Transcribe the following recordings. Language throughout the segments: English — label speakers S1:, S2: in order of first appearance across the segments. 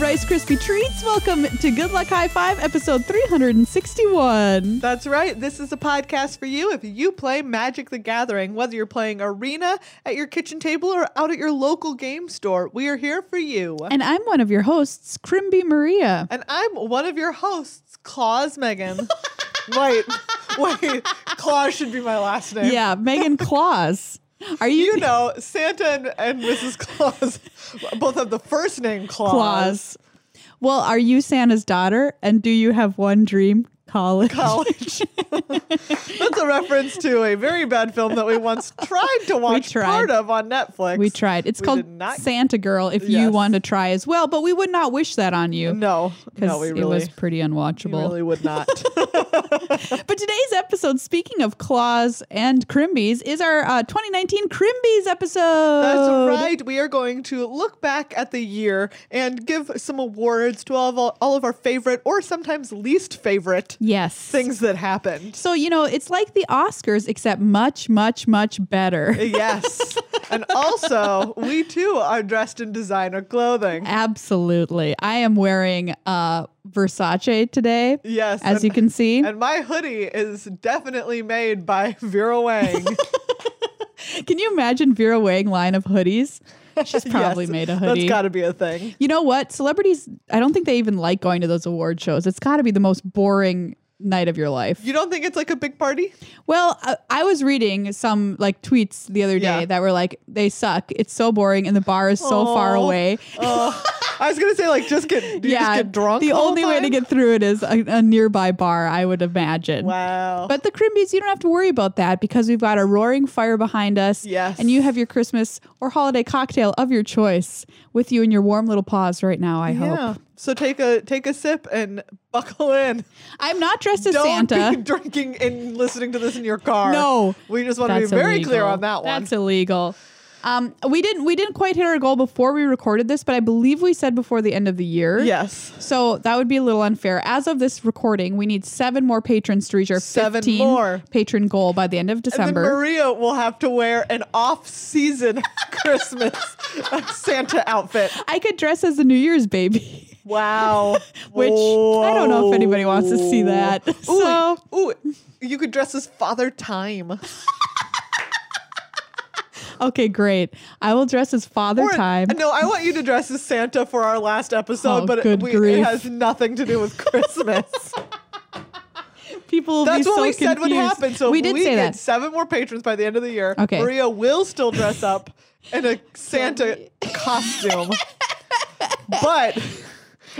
S1: Rice Krispie Treats. Welcome to Good Luck High Five, episode 361.
S2: That's right. This is a podcast for you if you play Magic the Gathering, whether you're playing Arena at your kitchen table or out at your local game store. We are here for you.
S1: And I'm one of your hosts, Crimby Maria.
S2: And I'm one of your hosts, Claus Megan. wait, wait. Claus should be my last name.
S1: Yeah, Megan Claus. Are you,
S2: You know, Santa and, and Mrs. Claus both have the first name Claus.
S1: Claus? Well, are you Santa's daughter? And do you have one dream? College.
S2: College. That's a reference to a very bad film that we once tried to watch
S1: tried.
S2: part of on Netflix.
S1: We tried. It's
S2: We
S1: called
S2: did not-
S1: Santa Girl if you
S2: Yes.
S1: want to try as well, but we would not wish that on you.
S2: No, no, we
S1: it
S2: really,
S1: was pretty
S2: we
S1: unwatchable.
S2: really would not.
S1: But today's episode, speaking of claws and crimbies, is our uh, 2019 crimbies episode.
S2: That's right. We are going to look back at the year and give some awards to all of, all, all of our favorite or sometimes least favorite
S1: Yes.
S2: things that happened.
S1: So you know, it's like the Oscars, except much, much, much better.
S2: Yes. and also, we too are dressed in designer clothing.
S1: Absolutely. I am wearing uh, Versace today,
S2: Yes.
S1: as
S2: and,
S1: you can see.
S2: And my hoodie is definitely made by Vera Wang.
S1: Can you imagine Vera Wang line of hoodies? She's probably
S2: Yes,
S1: made a hoodie.
S2: That's got to be a thing.
S1: you know what? Celebrities, I don't think they even like going to those award shows. It's got to be the most boring night of your life.
S2: You don't think it's like a big party?
S1: Well, I, I was reading some like tweets the other day
S2: Yeah.
S1: that were like, "They suck. It's so boring, and the bar is so far
S2: Aw.
S1: away."
S2: Oh, I was gonna say like just get do you just get drunk.
S1: The,
S2: whole
S1: only way to
S2: time?
S1: get through it is a, a nearby bar, I would imagine.
S2: wow.
S1: But the Crimbies, you don't have to worry about that because we've got a roaring fire behind us.
S2: Yes.
S1: And you have your Christmas or holiday cocktail of your choice with you in your warm little paws right now, I
S2: Yeah.
S1: hope.
S2: So take a take a sip and buckle in.
S1: I'm not dressed as
S2: Don't
S1: Santa.
S2: be drinking and listening to this in your car.
S1: No.
S2: we just want to be
S1: That's
S2: very clear
S1: illegal.
S2: on that one.
S1: That's illegal. Um, we didn't we didn't quite hit our goal before we recorded this, but I believe we said before the end of the year.
S2: yes,
S1: So that would be a little unfair. As of this recording, we need seven more patrons to reach our
S2: Seven
S1: 15
S2: more.
S1: patron goal by the end of
S2: and then
S1: December.
S2: Maria will have to wear an off-season Christmas Santa outfit.
S1: I could dress as a New Year's baby,
S2: Wow,
S1: which I don't know if anybody wants to see that.
S2: Ooh,
S1: So
S2: ooh, you could dress as Father Time
S1: okay, great. I will dress as Father
S2: Or-
S1: Time.
S2: No, I want you to dress as Santa for our last episode,
S1: Oh,
S2: but it,
S1: good
S2: we, it
S1: grief.
S2: has nothing to do with Christmas.
S1: People will be
S2: That's
S1: so
S2: what we
S1: confused.
S2: said would happen. So
S1: we
S2: if
S1: did
S2: we
S1: say
S2: get
S1: that.
S2: seven more patrons by the end of the year.
S1: Okay.
S2: Maria will still dress up in a Santa costume. but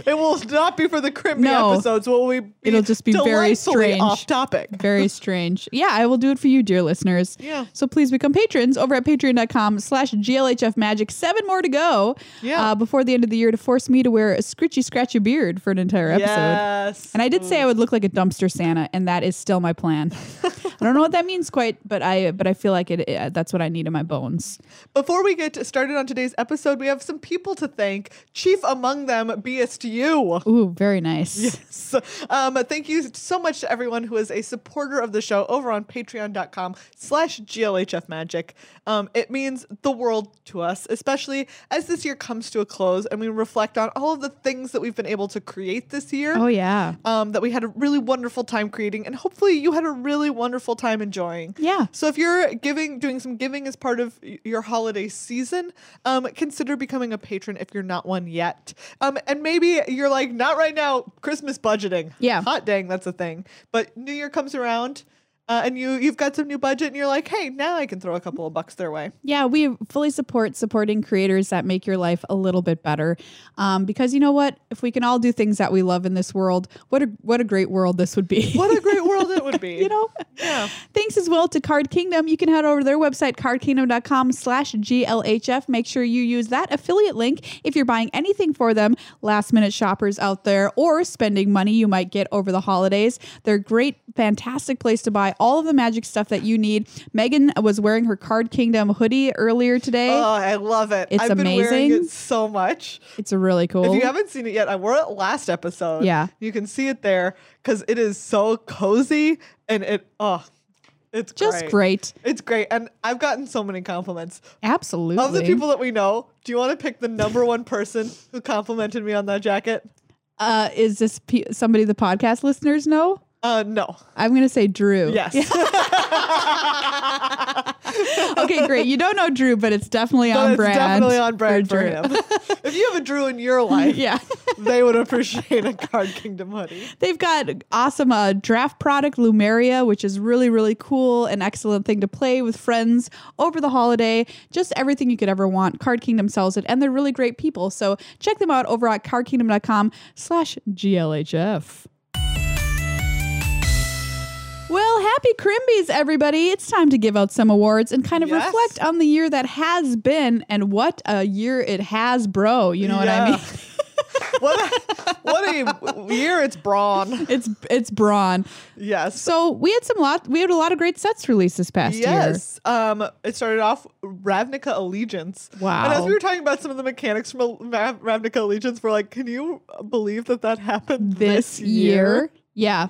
S2: it will not be for the Crimby
S1: No.
S2: episodes. Will we be
S1: It'll just be very
S2: delightfully
S1: strange.
S2: off topic.
S1: Very strange. Yeah, I will do it for you, dear listeners.
S2: Yeah.
S1: So please become patrons over at patreon.com slash glhf magic. Seven more to go
S2: Yeah.
S1: uh, before the end of the year to force me to wear a scritchy, scratchy beard for an entire episode.
S2: Yes.
S1: And I did say I would look like a dumpster Santa, and that is still my plan. I don't know what that means quite, but I but I feel like it. it- that's what I need in my bones.
S2: Before we get started on today's episode, we have some people to thank. Chief among them, BSTU.
S1: Ooh, very nice.
S2: So, um, thank you so much to everyone who is a supporter of the show over on patreon.com slash glhfmagic. Um, it means the world to us, especially as this year comes to a close and we reflect on all of the things that we've been able to create this year.
S1: Oh yeah.
S2: Um, that we had a really wonderful time creating, and hopefully you had a really wonderful time enjoying.
S1: Yeah.
S2: So if you're giving, doing some giving as part of y- your holiday season, um, consider becoming a patron if you're not one yet. Um, and maybe you're like, not right now, Christmas budgeting.
S1: Yeah.
S2: Hot dang, that's a thing. But New Year comes around. Uh, and you you've got some new budget and you're like hey now i can throw a couple of bucks their way
S1: Yeah, we fully support supporting creators that make your life a little bit better, um, because you know what? If we can all do things that we love in this world, what a what a great world this would be.
S2: what a great world it would be
S1: you know.
S2: yeah
S1: Thanks as well to Card Kingdom. You can head over to their website, cardkingdom.com slash GLHF. Make sure you use that affiliate link if you're buying anything for them, last minute shoppers out there, or spending money you might get over the holidays. They're a great, fantastic place to buy all of the magic stuff that you need. Megan was wearing her Card Kingdom hoodie earlier today.
S2: oh i love it
S1: It's
S2: i've been wearing
S1: amazing.
S2: it so much
S1: it's really cool.
S2: If you haven't seen it yet, I wore it last episode.
S1: Yeah.
S2: You can see it there because it is so cozy and it, oh, It's
S1: Just
S2: great.
S1: great.
S2: It's great. And I've gotten so many compliments.
S1: Absolutely.
S2: Of the people that we know, do you want to pick the number one person who complimented me on that jacket?
S1: uh, is this pe- somebody the podcast listeners know?
S2: Uh, no.
S1: I'm gonna say Drew.
S2: Yes.
S1: okay, great. You don't know Drew, but it's definitely
S2: But
S1: on
S2: it's
S1: brand.
S2: definitely on brand for,
S1: Drew.
S2: him. if you have a Drew in your life,
S1: yeah.
S2: they would appreciate a Card Kingdom hoodie.
S1: They've got awesome uh, draft product, Lumeria, which is really, really cool and excellent thing to play with friends over the holiday. Just everything you could ever want. Card Kingdom sells it, and they're really great people. So check them out over at cardkingdom.com slash GLHF. Well, happy Crimbies, everybody. It's time to give out some awards and kind of
S2: Yes.
S1: reflect on the year that has been and what a year it has, bro. You know what I
S2: Yeah.
S1: mean?
S2: What a, what a year it's brawn.
S1: It's it's brawn.
S2: Yes.
S1: So we had some lot. We had a lot of great sets released this past
S2: Yes. Um, it started off Ravnica Allegiance. And as
S1: Wow.
S2: we were talking about some of the mechanics from Al- Rav- Ravnica Allegiance, we're like, can you believe that that happened
S1: year. This, year. yeah,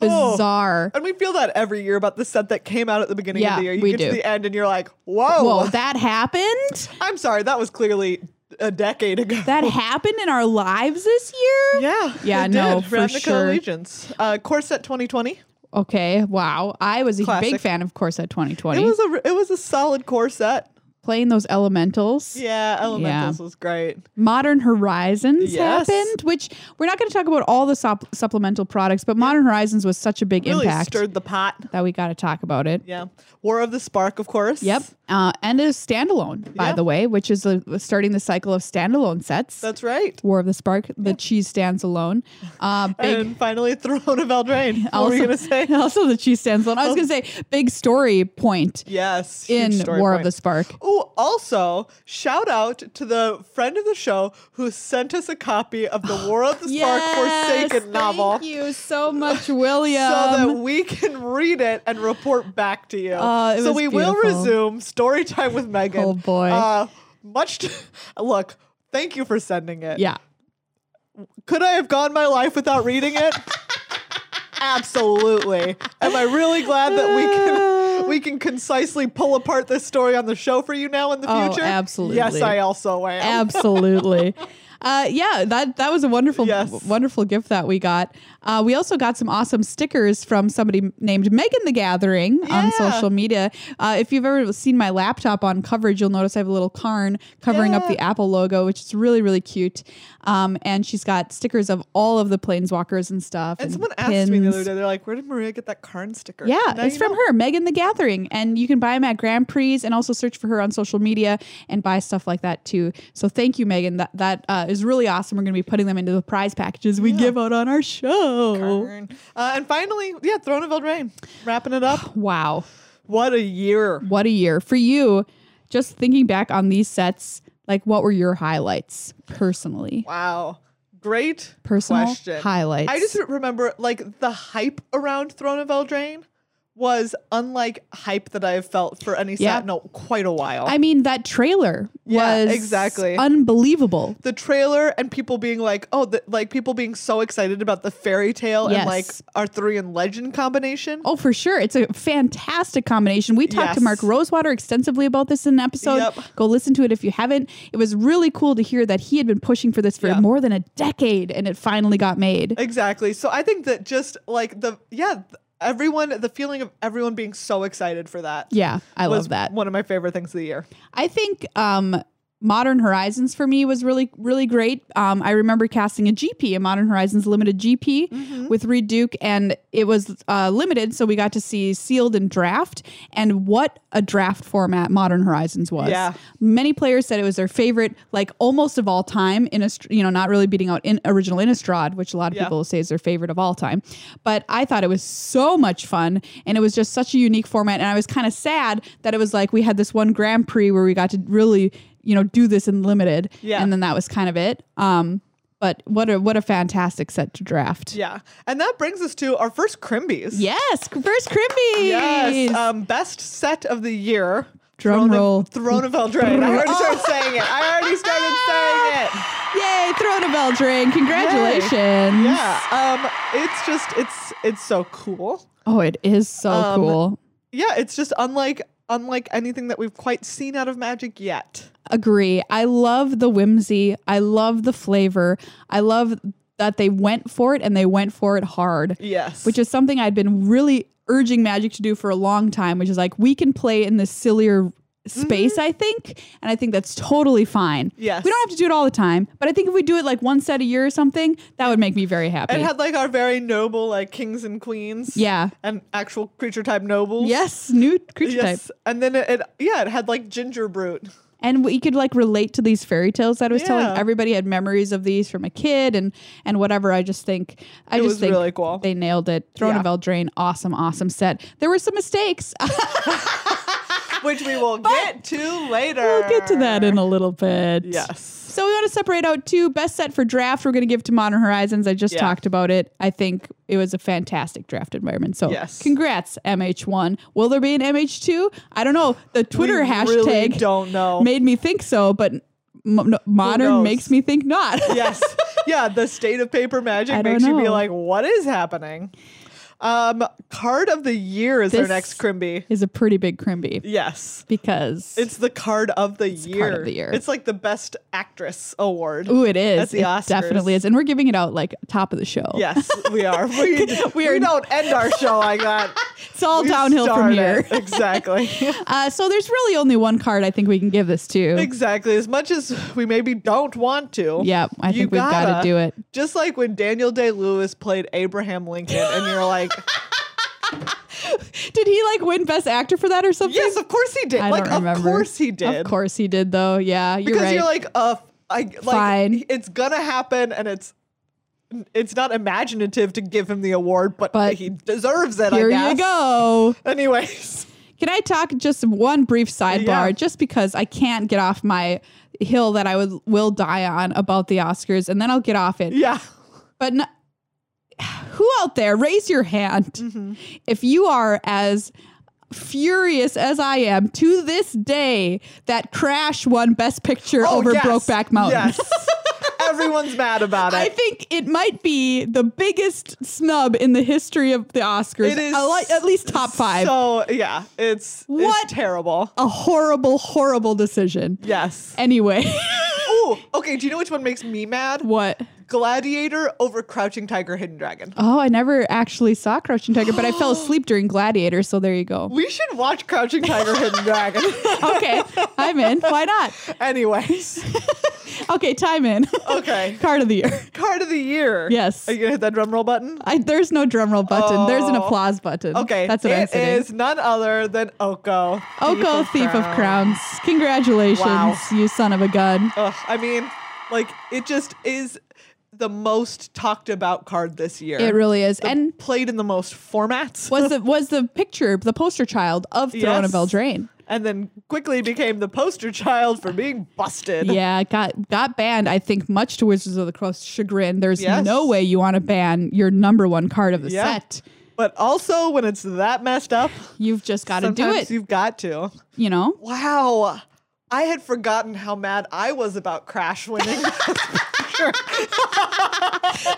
S2: Oh.
S1: bizarre.
S2: And we feel that every year about the set that came out at the beginning of
S1: Yeah,
S2: the year. You
S1: we
S2: get
S1: do.
S2: to the end and you're like, whoa,
S1: Whoa, that happened.
S2: I'm sorry, that was clearly a decade ago.
S1: That happened in our lives this year.
S2: yeah.
S1: Yeah,
S2: it
S1: no,
S2: did.
S1: for
S2: Ravnica
S1: sure.
S2: Allegiance. Uh, Corset 2020.
S1: Okay, wow. I was a
S2: Classic.
S1: big fan of Corset 2020.
S2: It was a it was a solid corset.
S1: Playing those elementals.
S2: Yeah, Elementals was great.
S1: Modern Horizons
S2: Yes.
S1: happened, which we're not going to talk about all the sup- supplemental products, but Modern Horizons was such a big
S2: Really
S1: impact
S2: stirred the pot.
S1: that we got to talk about it.
S2: Yeah. War of the Spark, of course.
S1: Yep. Uh, and a standalone, by
S2: Yeah.
S1: the way, which is uh starting the cycle of standalone sets.
S2: That's right.
S1: War of the Spark. The cheese stands alone. Uh, big.
S2: And finally, Throne of Eldraine. What were you going to say? Oh.
S1: also, the cheese stands alone. I was going to say big story point
S2: Yes.
S1: in War of the Spark.
S2: Oh, also, shout out to the friend of the show who sent us a copy of the War of the Spark Forsaken novel
S1: Thank you so much, William.
S2: so that we can read it and report back to you.
S1: Oh, it
S2: so
S1: was
S2: we will
S1: beautiful.
S2: resume story time with Megan.
S1: Oh, boy.
S2: Uh, much to, look, thank you for sending it.
S1: yeah.
S2: Could I have gone my life without reading it? Absolutely. Am I really glad that we can we can concisely pull apart this story on the show for you now in the
S1: Oh,
S2: future? Yes,
S1: absolutely.
S2: I also am.
S1: Absolutely. Uh, yeah, that that was a wonderful,
S2: Yes.
S1: wonderful gift that we got. Uh, we also got some awesome stickers from somebody named Megan the Gathering on
S2: Yeah.
S1: social media. Uh, if you've ever seen my laptop on coverage, you'll notice I have a little carn covering up
S2: Yeah.
S1: the Apple logo, which is really, really cute. Um, and she's got stickers of all of the Planeswalkers and stuff.
S2: and someone asked me the other
S1: pins.
S2: day, they're like, where did Maria get that Karn sticker?
S1: Yeah,
S2: Now
S1: it's
S2: you
S1: from
S2: know.
S1: her, Megan the Gathering. And you can buy them at Grand Prix and also search for her on social media and buy stuff like that too. So thank you, Megan. That that uh, is really awesome. We're going to be putting them into the prize packages we give out on our show.
S2: Karn. Uh, and finally, yeah, Throne of Eldraine. Wrapping it up.
S1: Wow.
S2: What a year.
S1: What a year. For you, just thinking back on these sets, like what were your highlights personally?
S2: Wow. Great
S1: Personal
S2: question.
S1: highlights.
S2: I just remember like the hype around Throne of Eldraine was unlike hype that I've felt for any
S1: Yeah.
S2: set in a- quite a while.
S1: I mean, that trailer
S2: Yeah,
S1: was
S2: exactly.
S1: unbelievable.
S2: the trailer and people being like, oh, the, like people being so excited about the fairy tale
S1: Yes.
S2: and like Arthurian legend combination.
S1: Oh, for sure. It's a fantastic combination. We talked to
S2: Yes.
S1: Mark Rosewater extensively about this in an episode.
S2: Yep.
S1: Go listen to it if you haven't. It was really cool to hear that he had been pushing for this for
S2: Yeah.
S1: more than a decade and it finally got made.
S2: Exactly. So I think that just like the, yeah, th- everyone, the feeling of everyone being so excited for that.
S1: yeah, I
S2: was
S1: love that.
S2: One of my favorite things of the year.
S1: I think um, Modern Horizons for me was really, really great. Um, I remember casting a GP, a Modern Horizons limited GP
S2: Mm-hmm.
S1: with Reed Duke, and it was uh, limited, so we got to see sealed and draft, and what a draft format Modern Horizons was.
S2: Yeah.
S1: Many players said it was their favorite, like almost of all time. In a, you know, not really beating out in original Innistrad, which a lot of
S2: Yeah.
S1: people will say is their favorite of all time. But I thought it was so much fun, and it was just such a unique format. And I was kind of sad that it was like we had this one Grand Prix where we got to really, you know, do this in limited,
S2: Yeah.
S1: and then that was kind of it. Um, but what a what a fantastic set to draft.
S2: Yeah. And that brings us to our first Crimbies.
S1: Yes, first Crimby.
S2: Yes. Um, best set of the year.
S1: Drum
S2: Throne
S1: roll.
S2: Of, Throne of Eldraine. I already started saying it. I already started saying it.
S1: Yay, Throne of Eldraine. Congratulations.
S2: Yeah. Um, it's just it's it's so cool.
S1: Oh, it is so
S2: Um,
S1: cool.
S2: yeah, it's just unlike unlike anything that we've quite seen out of Magic yet.
S1: Agree. I love the whimsy. I love the flavor. I love that they went for it and they went for it hard.
S2: Yes.
S1: which is something I'd been really urging Magic to do for a long time, which is like we can play in this sillier space, I think, and I think that's totally fine.
S2: Mm-hmm. Yes.
S1: We don't have to do it all the time, but I think if we do it like one set a year or something, that would make me very happy.
S2: it had like our very noble like kings and queens.
S1: yeah.
S2: And actual creature type nobles.
S1: Yes, new creature
S2: Yes.
S1: type.
S2: And then it, it yeah, it had like ginger brute.
S1: And we could like relate to these fairy tales that I was
S2: Yeah.
S1: telling. Everybody had memories of these from a kid and and whatever. I just think I
S2: It
S1: just
S2: was
S1: think
S2: really cool.
S1: they nailed it. Throne
S2: Yeah.
S1: of Eldraine, awesome, awesome set. There were some mistakes.
S2: Which we will get to later.
S1: We'll get to that in a little bit.
S2: Yes.
S1: So we want to separate out two best set for draft. We're going to give to Modern Horizons. I just
S2: Yeah.
S1: talked about it. I think it was a fantastic draft environment. So
S2: Yes.
S1: congrats MH1. Will there be an MH2? I don't know. The Twitter
S2: We really
S1: hashtag
S2: don't know.
S1: made me think so, but m- no- modern
S2: knows?
S1: makes me think not.
S2: yes. Yeah, the state of paper
S1: I
S2: magic
S1: don't
S2: makes you be
S1: know.
S2: like, what is happening? Um, card of the year is their
S1: This-
S2: next Crimby.
S1: Is a pretty big crimby
S2: Yes.
S1: because
S2: It's the card of the year.
S1: card of the year.
S2: It's like the best actress award.
S1: ooh, it is.
S2: That's the
S1: it
S2: Oscars.
S1: definitely is, and we're giving it out like top of the show.
S2: Yes, we are. We, we,
S1: are-
S2: don't end our show like that.
S1: it's all
S2: We
S1: downhill from
S2: start
S1: here.
S2: it. Exactly.
S1: Uh, so there's really only one card I think we can give this to.
S2: exactly. As much as we maybe don't want to.
S1: Yeah, I
S2: you
S1: think we've gotta do it.
S2: Just like when Daniel Day Lewis played Abraham Lincoln, and you're like,
S1: Did he like win Best Actor for that or something?
S2: yes, of course he did.
S1: I
S2: like,
S1: don't remember.
S2: of course he did.
S1: Of course he did, though. Yeah, you're
S2: Because
S1: right.
S2: you're like, uh, I, like,
S1: Fine.
S2: It's gonna happen, and it's. It's not imaginative to give him the award, but,
S1: But
S2: he deserves it.
S1: Here
S2: I guess.
S1: you go.
S2: Anyways,
S1: Can I talk just one brief sidebar,
S2: Yeah.
S1: just because I can't get off my hill that I would will die on about the Oscars, and then I'll get off it.
S2: yeah,
S1: But no, who out there, raise your hand
S2: Mm-hmm.
S1: if you are as furious as I am to this day that Crash won Best Picture
S2: Oh,
S1: over
S2: yes.
S1: Brokeback Mountain.
S2: Yes. Everyone's mad about it.
S1: I think it might be the biggest snub in the history of the Oscars.
S2: it is
S1: A li- at least top five.
S2: So yeah, it's
S1: What?
S2: it's terrible.
S1: a horrible, horrible decision.
S2: Yes.
S1: Anyway,
S2: Oh, okay. Do you know which one makes me mad?
S1: what?
S2: Gladiator over Crouching Tiger, Hidden Dragon.
S1: Oh, I never actually saw Crouching Tiger, but I fell asleep during Gladiator, so there you go.
S2: We should watch Crouching Tiger, Hidden Dragon.
S1: Okay, I'm in. Why not?
S2: Anyways,
S1: Okay, time in.
S2: okay.
S1: Card of the year.
S2: Card of the year.
S1: Yes.
S2: Are you gonna hit that drum roll button?
S1: I, there's no drumroll button. There's an
S2: Oh.
S1: applause button.
S2: Okay.
S1: that's what I'm
S2: It
S1: saying.
S2: is none other than Oko.
S1: Oko, Thief of Crowns. Congratulations,
S2: Wow.
S1: you son of a gun.
S2: Ugh, I mean, like it just is the most talked about card this year.
S1: It really is. and
S2: played in the most formats
S1: was the was the picture the poster child of Throne of
S2: Yes.
S1: Eldraine.
S2: and then quickly became the poster child for being busted.
S1: Yeah, got got banned. I think much to Wizards of the Coast's chagrin. There's
S2: Yes.
S1: no way you want to ban your number one card of the
S2: Yeah.
S1: set.
S2: But also when it's that messed up,
S1: You've just got to do it.
S2: sometimes
S1: You,
S2: you've got to.
S1: know.
S2: Wow. I had forgotten how mad I was about Crash winning.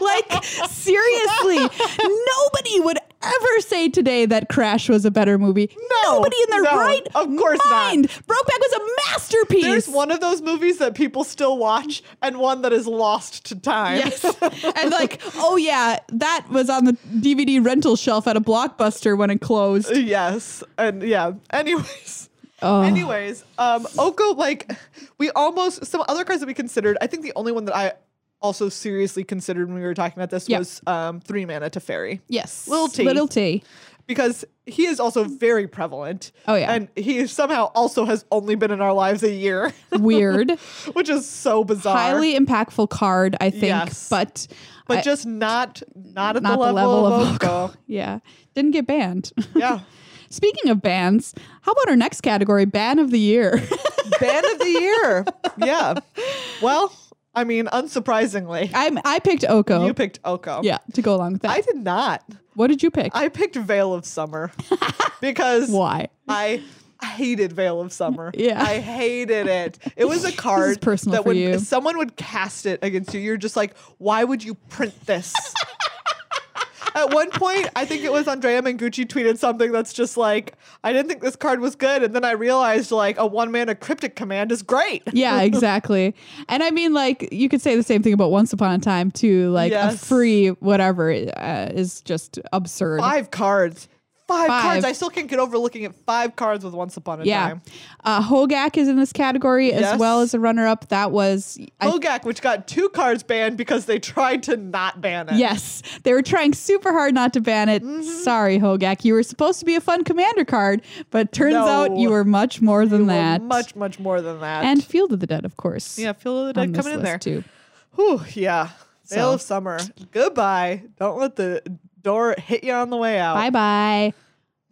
S1: Like seriously, nobody would ever say today that Crash was a better movie.
S2: No,
S1: nobody in their
S2: no,
S1: right
S2: of course not.
S1: mind. Brokeback was a masterpiece.
S2: There's one of those movies that people still watch and one that is lost to time.
S1: Yes. and like, oh yeah, that was on the DVD rental shelf at a Blockbuster when it closed.
S2: Uh, yes. And yeah. Anyways.
S1: Oh.
S2: Anyways, um, Oko, like, we almost, some other cards that we considered, I think the only one that I also seriously considered when we were talking about this
S1: Yep.
S2: was um, three mana to fairy.
S1: Yes.
S2: Little T.
S1: Little T.
S2: Because he is also very prevalent.
S1: Oh, yeah.
S2: And he somehow also has only been in our lives a year,
S1: Weird.
S2: which is so bizarre.
S1: Highly impactful card, I think.
S2: Yes.
S1: But
S2: but
S1: I-
S2: just not not at
S1: not
S2: the, level of Oko.
S1: yeah. Didn't get banned.
S2: yeah.
S1: Speaking of bans, how about our next category, ban of the year?
S2: Ban of the year. Yeah. Well, I mean, unsurprisingly,
S1: I I picked Oko.
S2: you picked Oko.
S1: yeah, to go along with that.
S2: I did not.
S1: what did you pick?
S2: I picked Veil of Summer because
S1: Why?
S2: I hated Veil of Summer.
S1: Yeah.
S2: I hated it. It was a card
S1: personal
S2: that
S1: for
S2: when
S1: you.
S2: someone would cast it against you, you're just like, why would you print this? At one point, I think it was Andrea Mangucci tweeted something that's just like, I didn't think this card was good. And then I realized like a one mana cryptic command is great.
S1: yeah, exactly. And I mean, like, you could say the same thing about Once Upon a Time, too. Like,
S2: Yes.
S1: a free whatever uh, is just absurd.
S2: Five cards. Five, cards.
S1: Five.
S2: I still can't get over looking at five cards with Once Upon a
S1: yeah.
S2: Time.
S1: Uh, Hogak is in this category
S2: Yes.
S1: as well as a runner up. That was. I
S2: Hogak, which got two cards banned because they tried to not ban it.
S1: Yes, they were trying super hard not to ban it.
S2: Mm-hmm.
S1: Sorry, Hogak. You were supposed to be a fun commander card, but turns
S2: No.
S1: out you were much more than
S2: You were
S1: that.
S2: Much, much more than that.
S1: and Field of the Dead, of course.
S2: yeah, Feel of the
S1: on
S2: Dead
S1: this
S2: coming in
S1: list,
S2: there.
S1: too.
S2: Whew, yeah. Veil
S1: So-
S2: of Summer. Goodbye. Don't let the door hit you on the way out.
S1: Bye bye.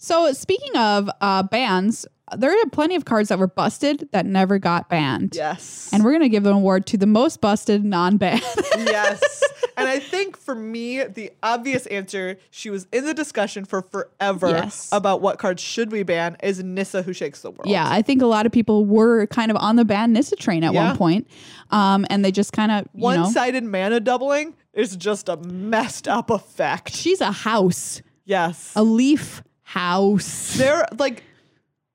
S1: So speaking of uh, bans, there are plenty of cards that were busted that never got banned.
S2: Yes.
S1: And we're going to give an award to the most busted non ban.
S2: yes. And I think for me, the obvious answer, she was in the discussion for forever
S1: Yes.
S2: about what cards should we ban, is Nissa who shakes the world.
S1: yeah, I think a lot of people were kind of on the ban Nissa train at
S2: Yeah.
S1: one point. Um, and they just kind of, you
S2: One
S1: know,
S2: sided mana doubling is just a messed up effect.
S1: she's a house,
S2: Yes.
S1: a leaf house.
S2: They're like,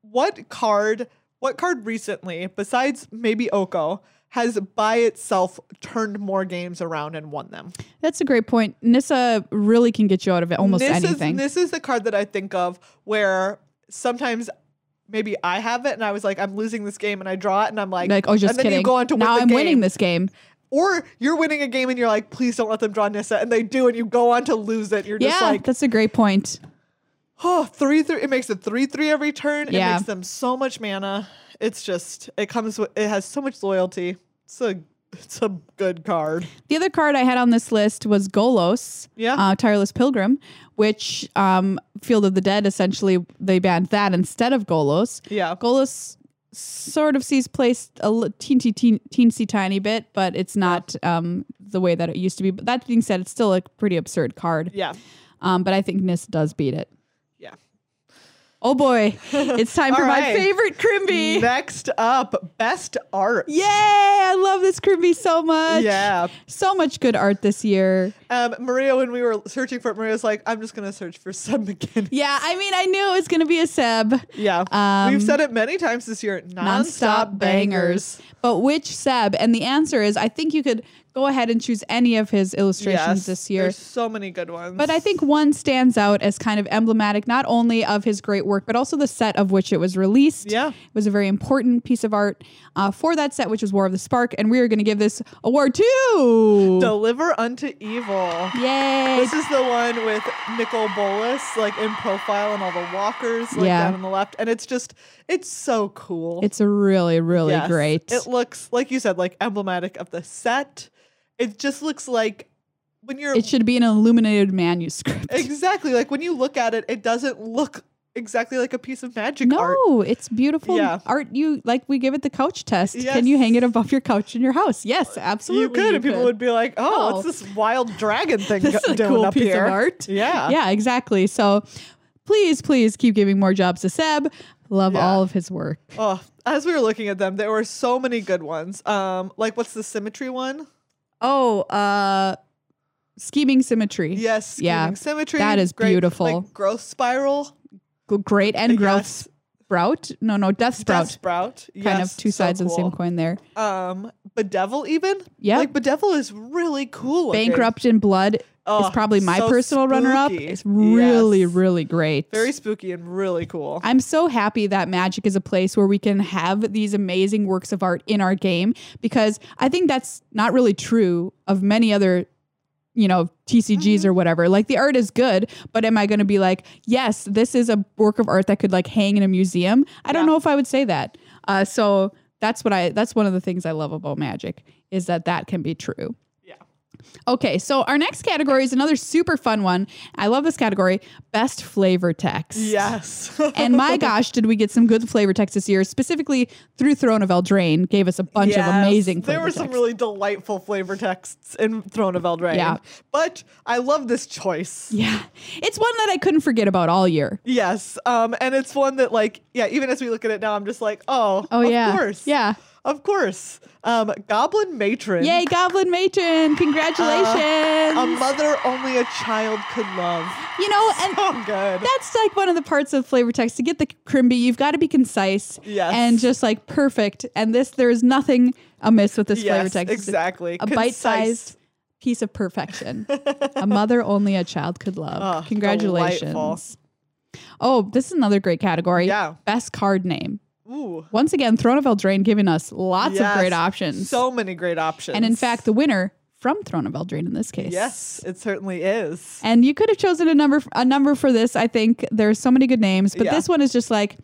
S2: what card, what card recently, besides maybe Oko, has by itself turned more games around and won them?
S1: That's a great point. Nissa really can get you out of it almost
S2: this
S1: anything.
S2: Is, this is the card that I think of where sometimes maybe I have it and I was like, I'm losing this game, and I draw it, and I'm like,
S1: like, oh, just
S2: and then
S1: kidding.
S2: You go on to
S1: now
S2: win the
S1: I'm
S2: game.
S1: winning this game.
S2: Or you're winning a game and you're like, please don't let them draw Nissa, and they do, and you go on to lose it. You're
S1: Yeah,
S2: just like,
S1: that's a great point.
S2: oh, three three. It makes it three three every turn. It
S1: Yeah.
S2: makes them so much mana. It's just it comes with it has so much loyalty. It's a it's a good card.
S1: The other card I had on this list was Golos,
S2: Yeah.
S1: uh, Tireless Pilgrim, which um, Field of the Dead essentially they banned that instead of Golos.
S2: Yeah.
S1: Golos sort of sees place a li- teensy, teen, teensy tiny bit, but it's not um, the way that it used to be. But that being said, it's still a pretty absurd card.
S2: Yeah.
S1: Um, but I think Nis does beat it.
S2: Yeah.
S1: Oh boy, it's time for
S2: All
S1: my
S2: right.
S1: favorite Crimby.
S2: Next up, best art.
S1: Yay! I love this Crimby so much.
S2: Yeah.
S1: So much good art this year.
S2: Um, Maria, when we were searching for it, Maria was like, I'm just going to search for Seb McKinney.
S1: Yeah, I mean, I knew it was going to be a Seb.
S2: Yeah.
S1: Um,
S2: We've said it many times this year. Nonstop,
S1: Nonstop
S2: bangers.
S1: bangers. But which Seb? And the answer is I think you could go ahead and choose any of his illustrations
S2: Yes,
S1: this year.
S2: There's so many good ones.
S1: But I think one stands out as kind of emblematic, not only of his great work, but also the set of which it was released.
S2: Yeah.
S1: It was a very important piece of art uh, for that set, which was War of the Spark. And we are going to give this award to.
S2: Deliver Unto Evil.
S1: Yay.
S2: This is the one with Nicol Bolas, like in profile and all the walkers, like
S1: Yeah.
S2: down on the left. And it's just, it's so cool.
S1: It's a really, really
S2: Yes.
S1: great.
S2: It looks, like you said, like emblematic of the set. It just looks like when you're
S1: It should be an illuminated manuscript.
S2: Exactly. Like when you look at it, it doesn't look exactly like a piece of magic
S1: no,
S2: art.
S1: it's beautiful
S2: Yeah.
S1: art. You like we give it the couch test.
S2: Yes.
S1: Can you hang it above your couch in your house? Yes, absolutely.
S2: You could, and people would be like, "Oh,
S1: Oh.
S2: what's this wild dragon thing
S1: This is
S2: go-
S1: a
S2: doing
S1: cool
S2: up
S1: piece of
S2: here?"
S1: art.
S2: Yeah,
S1: Yeah, exactly. So please, please keep giving more jobs to Seb. Love
S2: Yeah.
S1: all of his work.
S2: Oh, as we were looking at them, there were so many good ones. Um, like what's the symmetry one?
S1: Oh, uh scheming symmetry.
S2: Yes,
S1: Yeah.
S2: scheming symmetry.
S1: That is
S2: great,
S1: beautiful.
S2: Like growth spiral,
S1: G- Great and growth
S2: Yes.
S1: sprout. No, no, death sprout.
S2: Death sprout.
S1: Kind
S2: Yes,
S1: of two
S2: so
S1: sides of the same
S2: cool.
S1: coin there.
S2: Um, bedevil even.
S1: Yeah.
S2: like bedevil is really cool. looking.
S1: Bankrupt in blood
S2: Oh,
S1: is probably my
S2: so
S1: personal runner up.
S2: spooky.
S1: It's really,
S2: Yes.
S1: really great.
S2: very spooky and really cool.
S1: I'm so happy that Magic is a place where we can have these amazing works of art in our game because I think that's not really true of many other you know TCGs
S2: Mm-hmm.
S1: or whatever. Like the art is good, but am I going to be like, "Yes, this is a work of art that could like hang in a museum?" I don't
S2: Yeah.
S1: know if I would say that. Uh, so that's what I that's one of the things I love about Magic is that that can be true.
S2: yeah.
S1: Okay, so our next category is another super fun one. I love this category, best flavor text.
S2: Yes.
S1: And my gosh, did we get some good flavor text this year? Specifically through Throne of Eldraine, gave us a bunch of
S2: Yes,
S1: amazing flavor
S2: There were some
S1: text.
S2: really delightful flavor texts in Throne of Eldraine.
S1: Yeah.
S2: But I love this choice.
S1: yeah, it's one that I couldn't forget about all year.
S2: Yes. Um, and it's one that like, yeah, even as we look at it now, I'm just like, oh,
S1: Oh
S2: of
S1: yeah,
S2: course.
S1: yeah.
S2: Of course. Um, Goblin Matron.
S1: Yay, Goblin Matron! Congratulations.
S2: A mother only a child could love.
S1: you know, and
S2: So good.
S1: that's like one of the parts of flavor text to get the crimby. You've got to be concise
S2: Yes.
S1: and just like perfect. And this, there is nothing amiss with this flavor
S2: Yes,
S1: text. It's
S2: exactly.
S1: a bite-sized
S2: Concise.
S1: piece of perfection. a mother only a child could love.
S2: Oh,
S1: Congratulations.
S2: delightful.
S1: Oh, this is another great category.
S2: Yeah.
S1: Best card name.
S2: Ooh.
S1: Once again, Throne of Eldraine giving us lots
S2: Yes.
S1: of great options.
S2: So many great options.
S1: and in fact, the winner from Throne of Eldraine in this case.
S2: yes, it certainly is.
S1: And you could have chosen a number a number for this. I think there's so many good names, but
S2: Yeah.
S1: this one is just like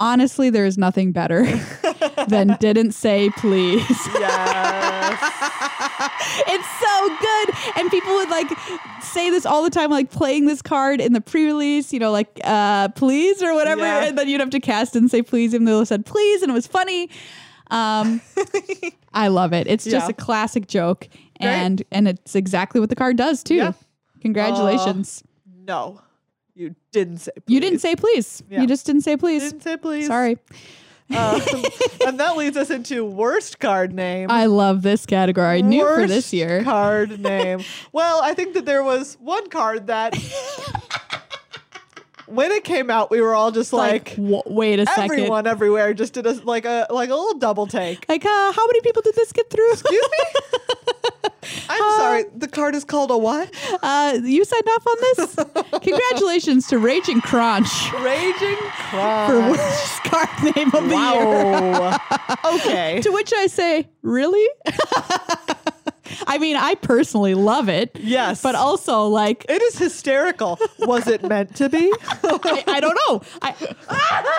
S1: honestly there is nothing better than didn't say please.
S2: yes.
S1: it's so good. And people would like say this all the time like playing this card in the pre-release, you know, like uh please or whatever
S2: Yeah.
S1: and then you'd have to cast and say please even though it said please and it was funny. Um I love it. It's just
S2: Yeah.
S1: a classic joke and and it's exactly what the card does too.
S2: Yeah. Uh,
S1: Congratulations.
S2: No, you didn't say.
S1: You didn't
S2: please.
S1: say please.
S2: Yeah.
S1: You just didn't say please.
S2: Didn't say please.
S1: Sorry.
S2: Um, and that leads us into worst card name.
S1: I love this category. New for
S2: Worst
S1: this year.
S2: Card name. well, I think that there was one card that when it came out, we were all just like,
S1: w- wait a second.
S2: everyone everywhere just did a like a like a little double take.
S1: Like, uh, how many people did this get through?
S2: Excuse me. I'm sorry. The card is called a what?
S1: Uh, you signed off on this? Congratulations to Raging Crunch
S2: Raging
S1: for
S2: Cry.
S1: worst card name of the year.
S2: Wow. okay.
S1: To which I say, really? I mean, I personally love it.
S2: Yes.
S1: But uh, also, like,
S2: It is hysterical. Was it meant to be?
S1: I, I don't know. I,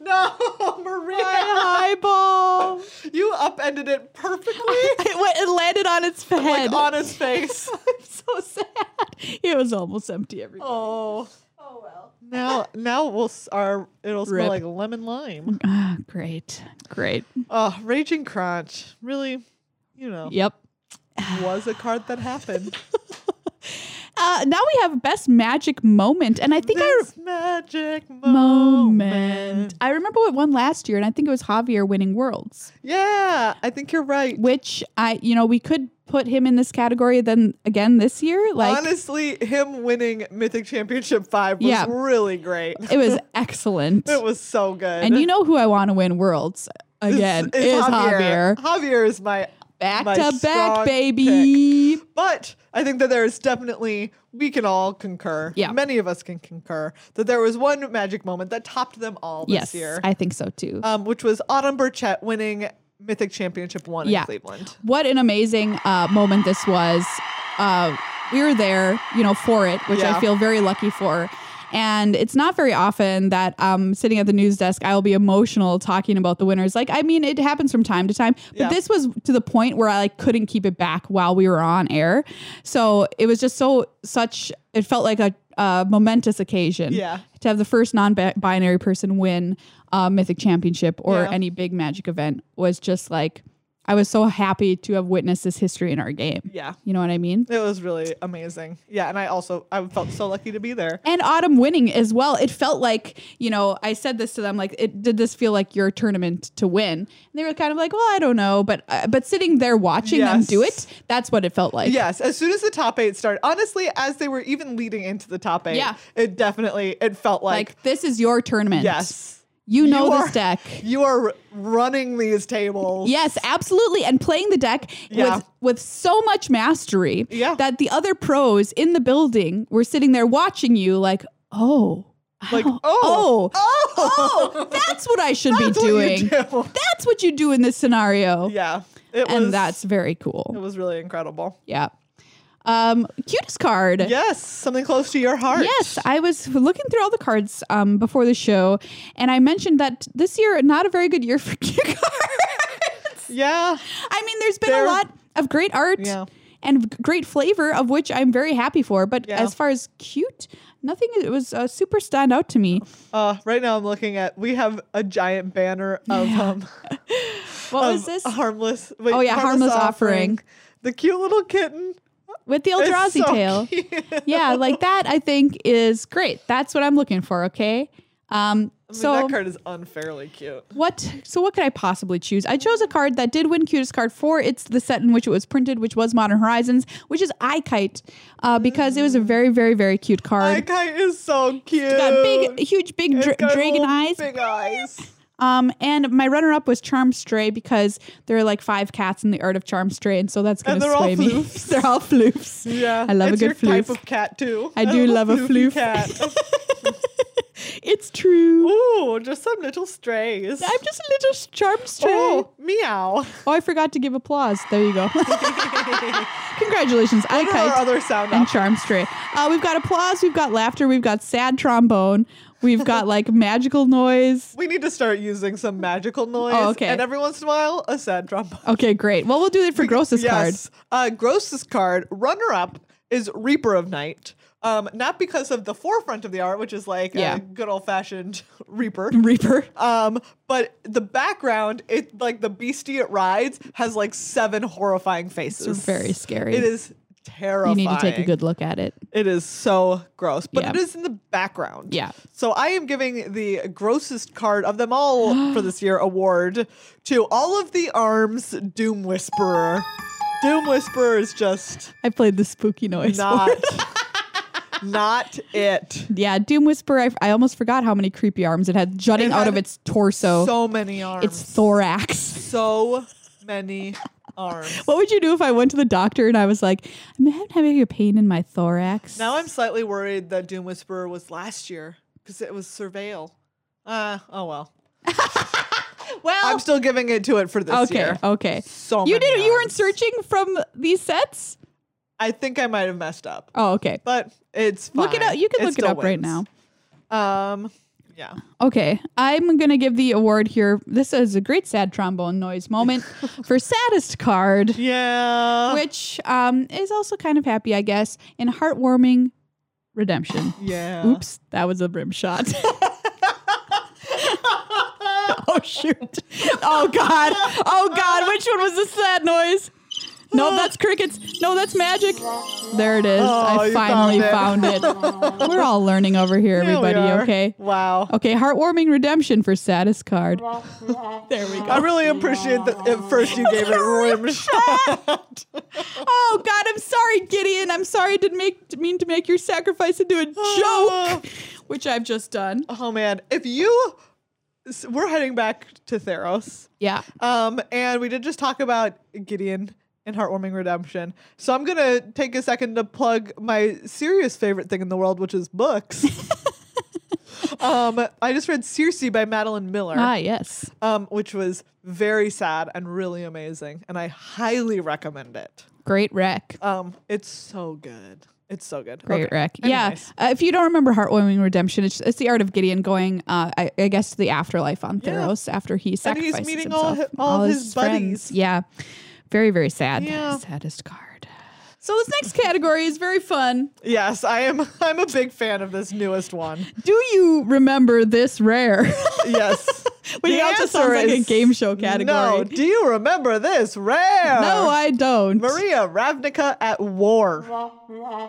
S2: no, Maria,
S1: I highball.
S2: you upended it perfectly.
S1: It, went, it landed on its head.
S2: like on his face.
S1: I'm so sad. It was almost empty everywhere.
S2: Oh. Now, now we'll s- our it'll smell
S1: Rip.
S2: like lemon lime.
S1: Ah, great. Great.
S2: Oh, raging crunch. Really, you know,
S1: Yep.
S2: was a card that happened.
S1: Uh, now we have best magic moment. And I think
S2: this magic
S1: I
S2: moment.
S1: I remember what won last year, and I think it was Javier winning worlds,
S2: Yeah, I think you're right.
S1: which I, you know, we could put him in this category then again this year. Like
S2: Honestly, him winning Mythic Championship Five was
S1: Yeah.
S2: really great.
S1: it was excellent.
S2: It was so good.
S1: and you know who I want to win worlds
S2: It's-
S1: again
S2: it's
S1: is Javier.
S2: Javier is my
S1: Back
S2: my
S1: to
S2: strong
S1: back, baby.
S2: But I think that there is definitely, we can all concur.
S1: Yeah.
S2: Many of us can concur that there was one magic moment that topped them all this
S1: Yes,
S2: year,
S1: I think so too.
S2: um, which was Autumn Burchett winning Mythic Championship 1
S1: Yeah.
S2: in Cleveland.
S1: what an amazing uh, moment this was. Uh, we were there, you know, for it, which
S2: Yeah.
S1: I feel very lucky for. And it's not very often that um, sitting at the news desk, I will be emotional talking about the winners. Like, I mean, it happens from time to time, but
S2: Yeah.
S1: this was to the point where I like couldn't keep it back while we were on air. So it was just so such. It felt like a, uh momentous occasion.
S2: Yeah.
S1: To have the first non-binary person win uh, Mythic Championship or
S2: Yeah.
S1: any any big magic event was just like I was so happy to have witnessed this history in our game.
S2: Yeah.
S1: You know what I mean?
S2: It was really amazing. Yeah. And I also, I felt so lucky to be there.
S1: And Autumn winning as well. It felt like, you know, I said this to them like it did this feel like your tournament to win? And they were kind of like, "Well, I don't know, but uh, but sitting there watching them do
S2: Yes.
S1: it, that's what it felt like."
S2: Yes, as soon as the top eight started, honestly, as they were even leading into the top eight,
S1: Yeah.
S2: it definitely it felt
S1: Like,
S2: like,
S1: this is your tournament.
S2: yes,
S1: You know
S2: are-
S1: this deck.
S2: You are running these tables.
S1: Yes, absolutely. And playing the deck
S2: Yeah.
S1: with with so much mastery
S2: Yeah.
S1: that the other pros in the building were sitting there watching you like, oh,
S2: Like,
S1: ow,
S2: oh,
S1: oh,
S2: oh,
S1: oh, that's what I should be
S2: That's what you
S1: doing.
S2: do.
S1: That's what you do in this scenario.
S2: Yeah, it
S1: and
S2: was.
S1: that's very
S2: it
S1: cool.
S2: was really incredible.
S1: Yeah. Um, cutest card.
S2: Yes, something close to your heart.
S1: Yes, I was looking through all the cards um, before the show, and I mentioned that this year not a very good year for cute cards.
S2: Yeah.
S1: I mean, there's been
S2: There-
S1: a lot of great art
S2: Yeah.
S1: and g- great flavor, of which I'm very happy for. But
S2: Yeah.
S1: as far as cute, nothing it was uh, super stand out to me.
S2: Uh, right now, I'm looking at. We have a giant banner of um.
S1: What
S2: of
S1: was this
S2: Harmless. wait,
S1: Oh, yeah, Harmless Offering.
S2: The cute little kitten.
S1: with the
S2: It's
S1: Eldrazi
S2: so
S1: tail?
S2: cute.
S1: Yeah, like that. I think is great. That's what I'm looking for. Okay. Um,
S2: I mean,
S1: So-
S2: that card is unfairly cute.
S1: What? So what could I possibly choose? I chose a card that did win cutest card for It's the set in which it was printed, which was Modern Horizons, which is I Kite, uh, because it
S2: Mm.
S1: was a very, very, very cute
S2: My
S1: card.
S2: kite is so cute.
S1: It's got big, huge, big
S2: It's
S1: dra-
S2: got
S1: dragon
S2: little
S1: eyes.
S2: Big eyes.
S1: Um, and my runner-up was Charm Stray because there are like five cats in the art of Charm Stray, and so that's gonna
S2: And they're all
S1: sway me.
S2: floofs.
S1: they're all floofs.
S2: Yeah,
S1: I love
S2: it's
S1: a good
S2: your
S1: floof.
S2: type of cat too.
S1: I do love a
S2: floofy
S1: floof.
S2: cat.
S1: it's true.
S2: Ooh, just some little strays.
S1: I'm just a little Charm Stray.
S2: oh, meow.
S1: Oh, I forgot to give applause. There you go. Congratulations, I
S2: What are our
S1: kite
S2: other sound
S1: and
S2: options?
S1: charm stray. Uh, we've got applause. We've got laughter. We've got sad trombone. We've got like magical noise.
S2: We need to start using some magical noise.
S1: Oh, okay.
S2: And every once in a while, a sad trombone.
S1: Okay, great. Well, we'll do it for grossest card.
S2: yes. Uh, grossest card, runner up is Reaper of Night. Um, not because of the forefront of the art, which is like
S1: Yeah.
S2: a good old fashioned Reaper.
S1: Reaper.
S2: Um, but the background, it like the beastie it rides has like seven horrifying faces.
S1: It's very scary.
S2: It is
S1: You
S2: terrifying.
S1: need to take a good look at it.
S2: It is so gross, but
S1: Yeah.
S2: it is in the background.
S1: Yeah.
S2: So I am giving the grossest card of them all for this year award to all of the arms Doom Whisperer. Doom Whisperer is just
S1: I played the spooky noise.
S2: not not it.
S1: Yeah, Doom Whisper. I, I almost forgot how many creepy arms it had jutting
S2: It
S1: out
S2: had
S1: of its torso.
S2: so many arms.
S1: its thorax.
S2: so many arms.
S1: What would you do if I went to the doctor and I was like, I'm having a pain in my thorax?
S2: Now I'm slightly worried that Doom Whisperer was last year because it was Surveil. Uh, oh well.
S1: well,
S2: I'm still giving it to it for this
S1: Oh. okay,
S2: year.
S1: okay.
S2: So
S1: you
S2: many
S1: didn't. You weren't
S2: arms.
S1: searching from these sets.
S2: I think I might have messed up,
S1: Oh, okay.
S2: but it's fine.
S1: Look it up. You can look it
S2: still
S1: up right
S2: wins.
S1: now.
S2: Um, yeah.
S1: Okay, I'm gonna give the award here. This is a great sad trombone noise moment for saddest card,
S2: Yeah.
S1: which um, is also kind of happy, I guess, and heartwarming redemption.
S2: yeah.
S1: Oops, that was a rim shot. oh shoot. Oh god. Oh god, which one was the sad noise? No, that's crickets. No, that's magic. There it is.
S2: Oh,
S1: I
S2: you
S1: finally found
S2: found
S1: it. We're all learning over here,
S2: There we
S1: everybody,
S2: are.
S1: okay?
S2: Wow.
S1: Okay, heartwarming redemption for saddest card. there we go.
S2: I really appreciate that at first you gave it rim shot.
S1: Oh god, I'm sorry, Gideon. I'm sorry I didn't make didn't mean to make your sacrifice into a joke, which I've just done.
S2: Oh man, if you s- we're heading back to Theros.
S1: Yeah.
S2: Um, and we did just talk about Gideon and Heartwarming Redemption. So I'm gonna take a second to plug my serious favorite thing in the world, which is books. um, I just read Circe by Madeline Miller,
S1: Ah, yes.
S2: um, which was very sad and really amazing, and I highly recommend it.
S1: Great wreck.
S2: Um, it's so good. It's so good.
S1: Great
S2: Okay.
S1: wreck.
S2: Anyways.
S1: Yeah. Uh, if you don't remember Heartwarming Redemption, it's, it's the art of Gideon going, uh, I, I guess, to the afterlife on
S2: Yeah.
S1: Theros after he sacrifices
S2: meeting all
S1: himself.
S2: hi- all his buddies.
S1: Yeah. Very, very sad.
S2: Yeah.
S1: Saddest card. So this next category is very fun.
S2: Yes, I am. I'm a big fan of this newest one.
S1: Do you remember this rare?
S2: Yes.
S1: Which
S2: The
S1: also sounds
S2: answer
S1: like a
S2: is
S1: game show
S2: No,
S1: category.
S2: do you remember this? Rare.
S1: No, I don't.
S2: Maria Ravnica at war.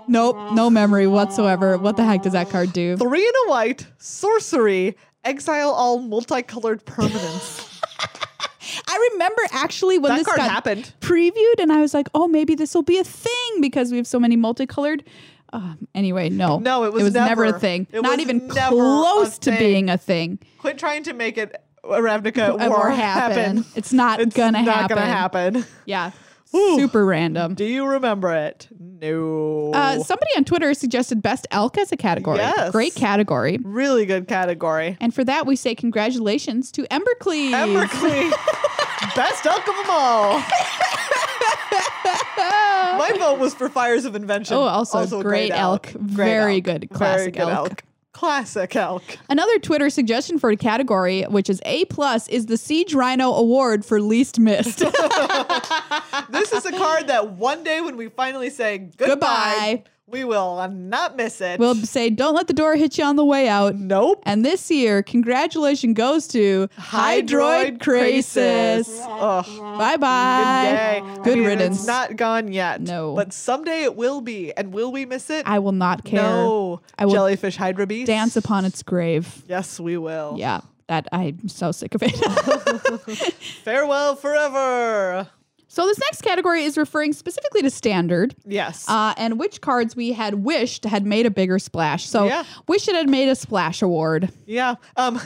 S1: Nope, no memory whatsoever. What the heck does that card do?
S2: Three in a white, sorcery, exile all multicolored permanents.
S1: I remember actually when
S2: that
S1: this
S2: card
S1: got
S2: happened.
S1: previewed and I was like, oh, maybe this will be a thing because we have so many multicolored. Um, anyway, no.
S2: No, it was
S1: never, a
S2: never-
S1: thing.
S2: it
S1: Not
S2: was
S1: even
S2: never a
S1: close to
S2: thing.
S1: being a thing.
S2: Quit trying to make it uh, Ravnica
S1: It
S2: at war
S1: will
S2: happen.
S1: It's not
S2: It's
S1: gonna
S2: not
S1: happen.
S2: gonna happen.
S1: Yeah.
S2: Whew.
S1: Super random.
S2: Do you remember it? No.
S1: Uh, somebody on Twitter suggested best elk as a category.
S2: Yes.
S1: Great category.
S2: really good category.
S1: And for that, we say congratulations to Embercleave.
S2: Embercleave. Best elk of them all. My vote was for Fires of Invention.
S1: Oh, also a
S2: a
S1: great elk. Very good classic elk.
S2: Classic elk.
S1: Another Twitter suggestion for a category, which is A plus, is the Siege Rhino Award for least missed.
S2: This is a card that one day when we finally say goodbye,
S1: Goodbye.
S2: We will not miss it.
S1: We'll say, don't let the door hit you on the way out.
S2: nope.
S1: And this year, congratulations goes to Hydroid Crasis.
S2: Ugh.
S1: Bye bye.
S2: Good day.
S1: Good
S2: I mean,
S1: riddance.
S2: It's not gone yet.
S1: No.
S2: But someday it will be. And will we miss it?
S1: I will not care.
S2: No.
S1: I will
S2: Jellyfish Hydra Beast.
S1: Dance upon its grave.
S2: Yes, we will.
S1: Yeah, that I'm so sick of it.
S2: Farewell forever.
S1: so this next category is referring specifically to standard.
S2: Yes.
S1: Uh, and which cards we had wished had made a bigger splash. So,
S2: Yeah.
S1: wish it had made a splash award.
S2: yeah. Um,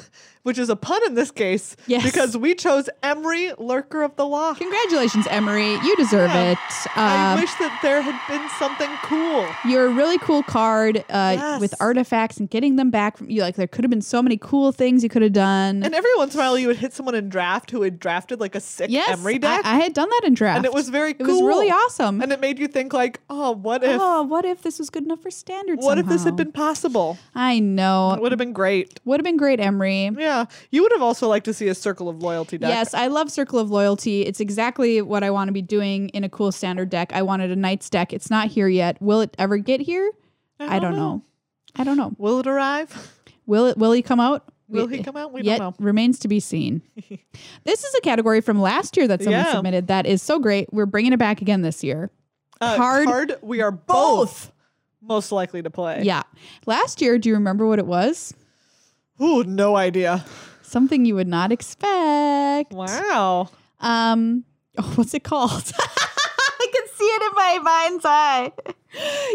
S2: which is a pun in this case.
S1: Yes.
S2: Because we chose Emery, Lurker of the Loch.
S1: Congratulations, Emery. You deserve
S2: Yeah.
S1: it.
S2: I
S1: Um,
S2: wish that there had been something cool.
S1: you're a really cool card uh, with
S2: Yes.
S1: artifacts and getting them back from you. Like there could have been so many cool things you could have done.
S2: And every once in a while, you would hit someone in draft who had drafted like a sick
S1: yes,
S2: Emery
S1: I,
S2: deck.
S1: I had done that in draft,
S2: and it was very
S1: it
S2: cool.
S1: was really awesome.
S2: And it made you think, like, oh, what if?
S1: oh, what if this was good enough for standard?
S2: What if this had
S1: somehow? Uh,
S2: been possible?
S1: I
S2: It
S1: know.
S2: would have been great.
S1: Would have been great, Emery.
S2: Yeah. You would have also liked to see a Circle of Loyalty deck.
S1: Yes, I love Circle of Loyalty. It's exactly what I want to be doing in a cool standard deck. I wanted a Knights deck. It's not here yet. Will it ever get here? I don't know. I don't know.
S2: Will it arrive?
S1: Will it? Will he come out?
S2: Will
S1: We-
S2: he come out? We
S1: yet
S2: don't know.
S1: remains to be seen. this is a category from last year that someone
S2: Yeah.
S1: submitted that is so great. We're bringing it back again this year.
S2: Uh,
S1: Card-
S2: card, we are both, most likely to play.
S1: Yeah. Last year, do you remember what it was?
S2: Ooh, no idea.
S1: Something you would not expect.
S2: Wow.
S1: Um, oh, what's it called? I can see it in my mind's eye.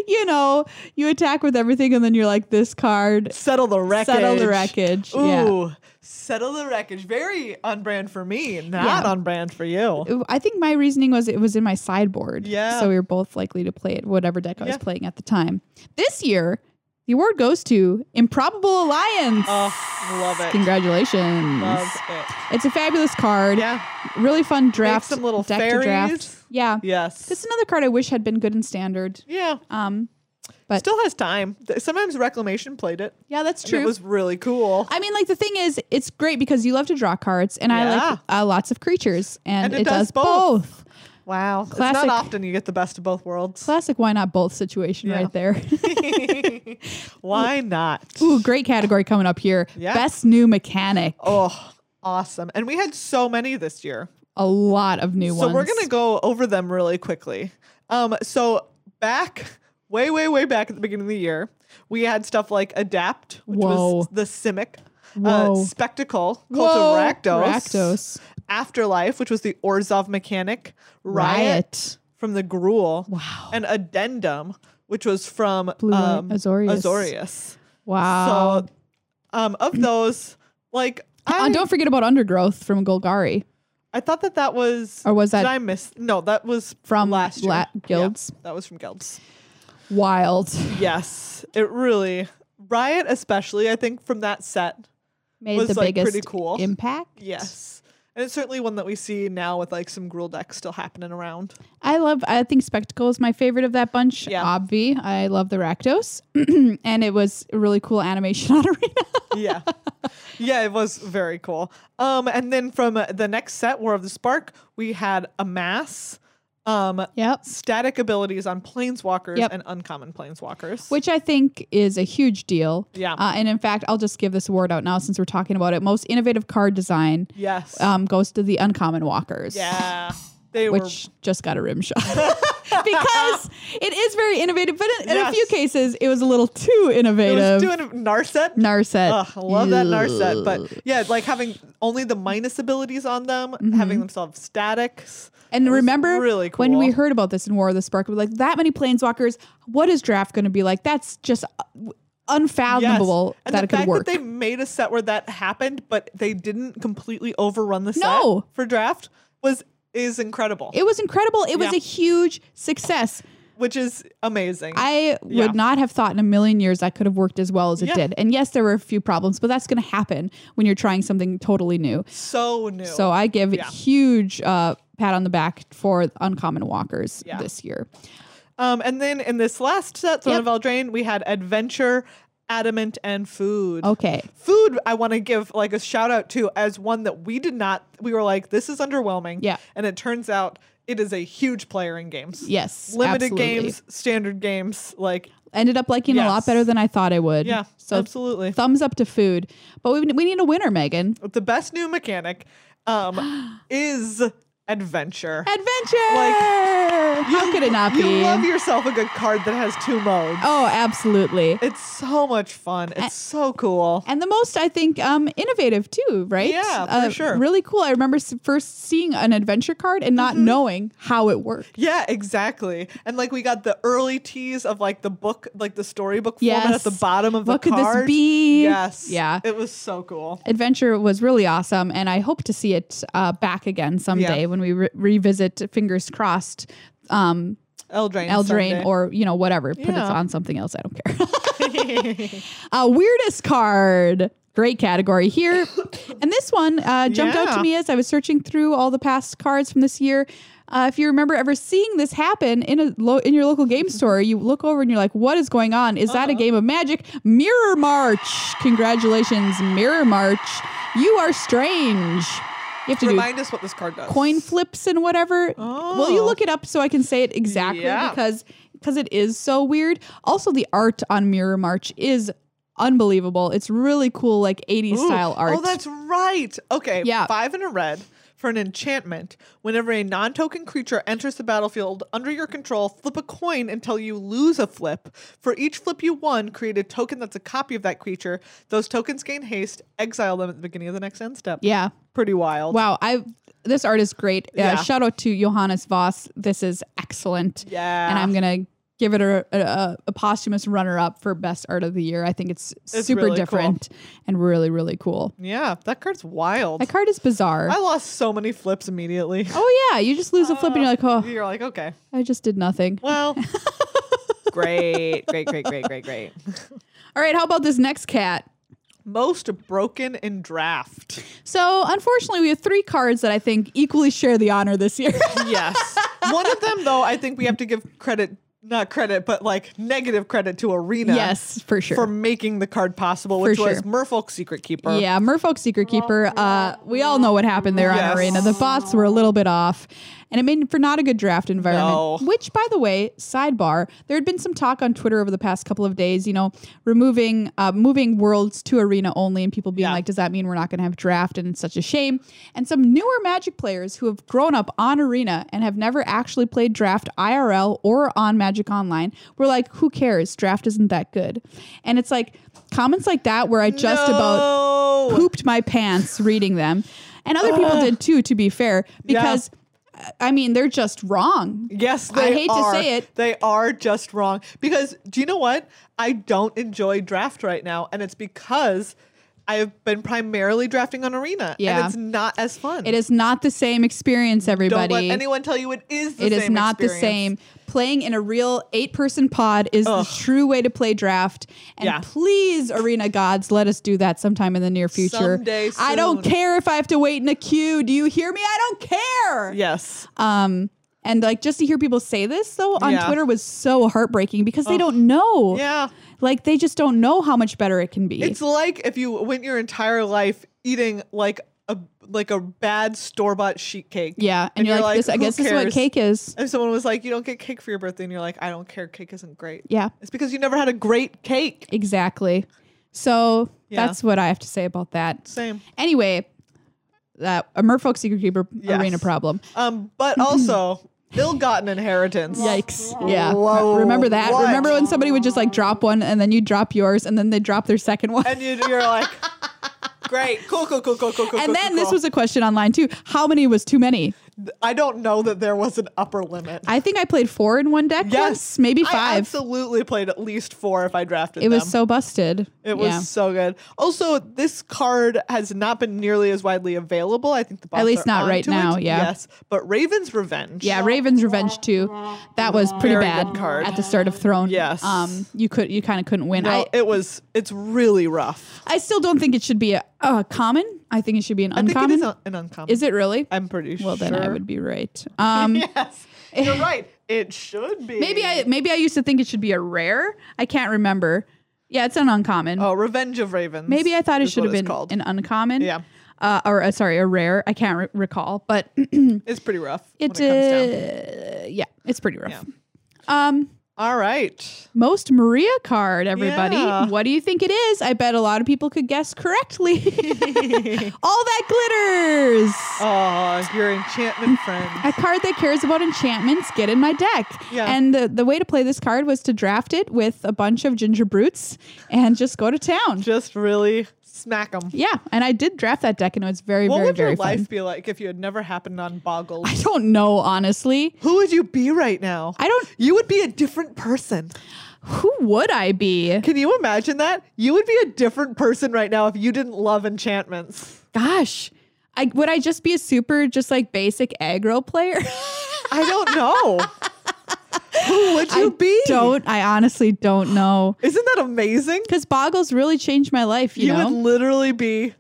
S1: You know, you attack with everything, and then you're like, this card,
S2: Settle the wreckage.
S1: settle the wreckage. Yeah.
S2: Ooh, settle the wreckage. Very on brand for me, not
S1: Yeah.
S2: on brand for you.
S1: I think my reasoning was it was in my sideboard.
S2: Yeah.
S1: So we were both likely to play it, whatever deck I was
S2: Yeah.
S1: playing at the time. This year, the award goes to Improbable Alliance.
S2: Oh, love it.
S1: Congratulations.
S2: Love it.
S1: It's a fabulous card.
S2: Yeah.
S1: Really fun draft.
S2: some little
S1: deck to draft.
S2: fairies.
S1: Yeah.
S2: Yes.
S1: This is another card I wish had been good in standard.
S2: yeah.
S1: Um, but
S2: Still has time. Th- Sometimes Reclamation played it.
S1: yeah, that's
S2: and
S1: true.
S2: It was really cool.
S1: I mean, like the thing is, it's great because you love to draw cards, and I like uh, lots of creatures, and,
S2: And
S1: it, does, both.
S2: Wow. It's
S1: Classic.
S2: not often you get the best of both worlds.
S1: Classic, why not both situation
S2: Yeah.
S1: right there.
S2: Why not?
S1: Ooh, great category coming up here.
S2: Yeah.
S1: Best new mechanic.
S2: Oh, awesome. And we had so many this year.
S1: A lot of new
S2: So
S1: ones.
S2: we're going to go over them really quickly. Um, so back, way, way, way back at the beginning of the year, we had stuff like Adapt, which
S1: Whoa.
S2: was the Simic,
S1: Whoa.
S2: Uh, Spectacle, Cult
S1: Whoa,
S2: of Rakdos,
S1: Rakdos.
S2: Afterlife, which was the Orzov mechanic, Riot,
S1: Riot.
S2: from the Gruel,
S1: Wow.
S2: and Addendum, which was from
S1: Blue Light-
S2: um,
S1: Azorius.
S2: Azorius.
S1: Wow.
S2: So, um, of those, like
S1: Uh,
S2: I,
S1: don't forget about Undergrowth from Golgari.
S2: I thought that that was.
S1: Or was that-
S2: Did I miss? No, that was
S1: From
S2: last year.
S1: la-
S2: Yeah,
S1: guilds?
S2: that was from guilds.
S1: Wild.
S2: Yes, it really riot, especially. I think from that set.
S1: Made
S2: Was,
S1: the
S2: like,
S1: biggest
S2: pretty cool.
S1: impact.
S2: Yes. And it's certainly one that we see now with like some gruel decks still happening around.
S1: I love. I think Spectacle is my favorite of that bunch.
S2: Yeah.
S1: Obvi. I love the Rakdos, and it was a really cool animation on Arena.
S2: Yeah. yeah, it was very cool. Um, and then from uh, the next set, War of the Spark, we had a mass, um,
S1: yep.
S2: static abilities on planeswalkers
S1: Yep.
S2: and uncommon planeswalkers.
S1: Which I think is a huge deal.
S2: Yeah.
S1: Uh, and in fact, I'll just give this award out now since we're talking about it. Most innovative card design
S2: yes.
S1: um, goes to the uncommon walkers.
S2: yeah. They were
S1: Which just got a rim shot because it is very innovative, but in, in a
S2: Yes.
S1: few cases, it was a little too
S2: it
S1: innovative.
S2: was doing a Narset.
S1: Narset.
S2: Ugh, I love that
S1: Ugh.
S2: Narset. But yeah, like having only the minus abilities on them,
S1: Mm-hmm.
S2: having themselves statics.
S1: And
S2: It was
S1: remember
S2: really cool.
S1: when we heard about this in War of the Spark, we were like, that many planeswalkers, what is draft going to be like? That's just uh,
S2: Yes.
S1: unfathomable
S2: And
S1: that
S2: the
S1: it could
S2: fact
S1: work.
S2: that they made a set where that happened, but they didn't completely overrun the set
S1: No.
S2: for draft was is incredible,
S1: it was incredible. It was
S2: Yeah.
S1: a huge success.
S2: which is amazing.
S1: I
S2: Yeah.
S1: would not have thought in a million years that could have worked as well as it
S2: Yeah.
S1: did. And yes, there were a few problems, but that's going to happen when you're trying something totally new.
S2: so new.
S1: So I give
S2: Yeah.
S1: huge uh, pat on the back for Uncommon Walkers
S2: Yeah.
S1: this year.
S2: um, and then in this last set, Throne
S1: Yep.
S2: of Eldraine, we had adventure, adamant, and food.
S1: Okay.
S2: Food, I want to give like a shout out to as one that we did not. We were like, this is underwhelming.
S1: Yeah.
S2: and it turns out it is a huge player in games.
S1: Yes.
S2: Limited
S1: absolutely.
S2: games, standard games, like
S1: Ended up liking it a lot
S2: Yes.
S1: better than I thought I would.
S2: yeah,
S1: So
S2: absolutely.
S1: thumbs up to food. But we, we need a winner, Megan.
S2: the best new mechanic um is adventure.
S1: Adventure. How
S2: you-
S1: could it not be?
S2: You love yourself a good card that has two modes.
S1: oh, absolutely.
S2: It's so much fun. It's so cool.
S1: and the most I think um, innovative too, right? Uh,
S2: Yeah, for sure.
S1: Really cool. I remember s- first seeing an adventure card and not
S2: Mm-hmm.
S1: knowing how it worked.
S2: Yeah, exactly. And like we got the early tease of like the book, like the storybook format
S1: Yes.
S2: at the bottom of
S1: What
S2: the
S1: could this
S2: card.
S1: be?
S2: Yes.
S1: Yeah.
S2: It was so cool.
S1: Adventure was really awesome, and I hope to see it uh, back again someday when we re- revisit. Fingers crossed, um,
S2: Eldraine.
S1: Eldraine
S2: Sunday.
S1: or you know whatever. Put it
S2: Yeah.
S1: on something else. I don't care. uh, weirdest card. Great category here. and this one uh, jumped out to
S2: Yeah.
S1: me as I was searching through all the past cards from this year. Uh, if you remember ever seeing this happen in a lo- in your local game store, you look over and you're like, "What is going on? Is
S2: Uh-huh.
S1: that a game of Magic? Mirror March! Congratulations, Mirror March! You are strange. You have to do
S2: Remind us what this card does.
S1: coin flips and whatever. Will you
S2: Oh.
S1: look it up so I can say it exactly
S2: Yeah.
S1: because because it is so weird. Also, the art on Mirror March is unbelievable. It's really cool, like 80s
S2: Ooh.
S1: style art.
S2: Oh, that's right. Okay.
S1: Yeah.
S2: Five and a red for an enchantment. Whenever a non token creature enters the battlefield under your control, flip a coin until you lose a flip. For each flip you won, create a token that's a copy of that creature. Those tokens gain haste. Exile them at the beginning of the next end step.
S1: yeah.
S2: Pretty wild.
S1: Wow. I this art is great. Uh,
S2: Yeah.
S1: Shout out to Johannes Voss. This is excellent.
S2: Yeah.
S1: And I'm gonna give it a, a- a, a posthumous runner up for best art of the year. I think it's, super
S2: really cool.
S1: different and really really cool.
S2: Yeah, that card's wild.
S1: That card is bizarre.
S2: I lost so many flips immediately.
S1: oh yeah, you just lose a flip and you're like, oh,
S2: You're like, okay,
S1: I just did nothing.
S2: well, great, great, great, great, great, great.
S1: All right, how about this next cat?
S2: Most broken in draft.
S1: So, unfortunately, we have three cards that I think equally share the honor this year.
S2: Yes. One of them, though, I think we have to give credit, not credit, but like negative credit to Arena.
S1: yes, for sure.
S2: For making the card possible, which was
S1: sure.
S2: Merfolk Secret Keeper.
S1: yeah, Merfolk Secret Keeper. Uh, we all know what happened there
S2: Yes.
S1: on Arena. The bots were a little bit off, and it made for not a good draft environment.
S2: No.
S1: Which, by the way, sidebar, there had been some talk on Twitter over the past couple of days. You know, removing uh, moving worlds to Arena only, and people being
S2: Yeah.
S1: like, "Does that mean we're not going to have draft?" And it's such a shame. And some newer Magic players who have grown up on Arena and have never actually played draft IRL or on Magic Online were like, "Who cares? Draft isn't that good." And it's like comments like that where I just about
S2: No.
S1: pooped my pants reading them. And other people did too, to be fair, because uh, I mean, they're just wrong.
S2: Yes,
S1: I
S2: they
S1: hate to
S2: are.
S1: say it.
S2: They are just wrong. Because do you know what? I don't enjoy draft right now, and it's because I've been primarily drafting on Arena,
S1: Yeah.
S2: and it's not as fun.
S1: It is not the same experience,
S2: Don't
S1: everybody.
S2: let anyone tell you it is. The
S1: it
S2: same
S1: is not the
S2: experience.
S1: same. Playing in a real eight person pod is
S2: Ugh.
S1: the true way to play draft. And
S2: Yeah.
S1: please, arena gods, let us do that sometime in the near future.
S2: Someday
S1: I don't
S2: soon.
S1: care if I have to wait in a queue. Do you hear me? I don't care.
S2: Yes.
S1: Um, and like just to hear people say this though on
S2: Yeah.
S1: Twitter was so heartbreaking because they don't know.
S2: Yeah.
S1: Like they just don't know how much better it can be.
S2: It's like if you went your entire life eating like a like a bad store bought sheet cake.
S1: yeah. And, you're, like, this, I
S2: "Who
S1: guess this is what
S2: cares?"
S1: cake is.
S2: And someone was like, "You don't get cake for your birthday," and you're like, "I don't care. Cake isn't great."
S1: Yeah,
S2: It's because you never had a great cake.
S1: exactly. So
S2: Yeah.
S1: that's what I have to say about that.
S2: Same.
S1: Anyway, that a Merfolk Secret Keeper
S2: Yes.
S1: arena problem.
S2: Um, but also ill-gotten inheritance.
S1: Yikes. Mm-hmm. Yeah.
S2: Whoa,
S1: Remember that?
S2: what?
S1: Remember when somebody would just like drop one and then you drop yours and then they drop their second one?
S2: And you, you're like, "Great, cool, cool, cool, cool, cool." cool,
S1: And
S2: cool,
S1: then
S2: cool,
S1: this
S2: cool."
S1: was a question online too. How many was too many?
S2: I don't know that there was an upper limit.
S1: I think I played four in one deck once, maybe
S2: I
S1: five.
S2: absolutely played at least four if I drafted.
S1: It was
S2: them.
S1: so busted.
S2: It was
S1: Yeah.
S2: so good. Also, this card has not been nearly as widely available. I think the bots
S1: least
S2: are
S1: not
S2: onto
S1: right now,
S2: It.
S1: yeah.
S2: Yes, but Raven's Revenge.
S1: Yeah, Raven's Revenge too. That was pretty
S2: Very
S1: bad
S2: good card.
S1: at the start of Throne.
S2: Yes.
S1: Um, you could you kind of couldn't win.
S2: No,
S1: I,
S2: it was. It's really rough.
S1: I still don't think it should be a, a common. I think it should be an
S2: I think
S1: uncommon.
S2: it is un- an uncommon.
S1: is it really?
S2: I'm pretty
S1: well,
S2: sure.
S1: then I would be right. Um,
S2: yes, you're right. It should be.
S1: maybe I maybe I used to think it should be a rare. I can't remember. Yeah, it's an uncommon.
S2: Oh, Revenge of Ravens.
S1: maybe I thought it
S2: is
S1: should
S2: what
S1: have
S2: it's
S1: been
S2: called.
S1: an uncommon.
S2: Yeah.
S1: uh, or uh, sorry, a rare. I can't re- recall, but
S2: It's pretty rough.
S1: it,
S2: when it comes down.
S1: uh, yeah, it's pretty rough.
S2: Yeah.
S1: Um,
S2: All right.
S1: most Maria card, everybody.
S2: Yeah.
S1: What do you think it is? I bet a lot of people could guess correctly. All that glitters.
S2: Oh, your enchantment friend.
S1: A card that cares about enchantments, get in my deck.
S2: Yeah.
S1: And the, the way to play this card was to draft it with a bunch of ginger brutes and just go to town.
S2: Just really smack them.
S1: Yeah, and I did draft that deck, and it was very,
S2: What
S1: very,
S2: would your
S1: very
S2: life
S1: fun.
S2: be like if you had never happened on Boggle?
S1: I don't know, honestly.
S2: Who would you be right now?
S1: I don't.
S2: you would be a different person.
S1: Who would I be?
S2: Can you imagine that? You would be a different person right now if you didn't love enchantments.
S1: Gosh, I would I just be a super, just like basic aggro player?
S2: I don't know. Who would you be?
S1: don't. I honestly don't know.
S2: Isn't that amazing?
S1: Because Boggles really changed my life. You,
S2: You,
S1: know,
S2: would literally be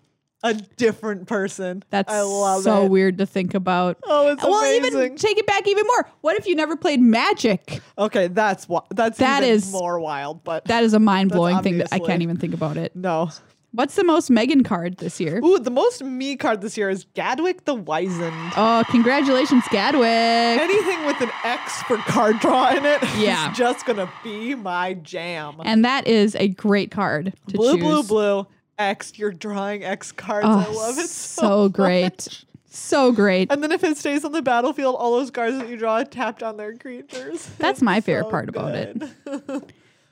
S2: a different person.
S1: that's
S2: I love
S1: so
S2: it.
S1: weird to think about.
S2: Oh, it's
S1: well, even
S2: amazing.
S1: take it back even more. What if you never played Magic?
S2: Okay, that's wi- that's
S1: That
S2: even
S1: is-
S2: more wild, but
S1: That is a mind blowing thing that I
S2: obviously-
S1: can't even think about it.
S2: no.
S1: What's the most Megan card this year?
S2: Ooh, the most me card this year is Gadwick the Wizened.
S1: Oh, congratulations, Gadwick.
S2: Anything with an X for card draw in it is
S1: Yeah.
S2: just gonna be my jam.
S1: And that is a great card to
S2: blue,
S1: choose. Oh,
S2: blue, blue. X, you're drawing X cards. I love it so.
S1: great. So great.
S2: And then if it stays on the battlefield, all those cards that you draw tapped on their creatures.
S1: That's my favorite part about it.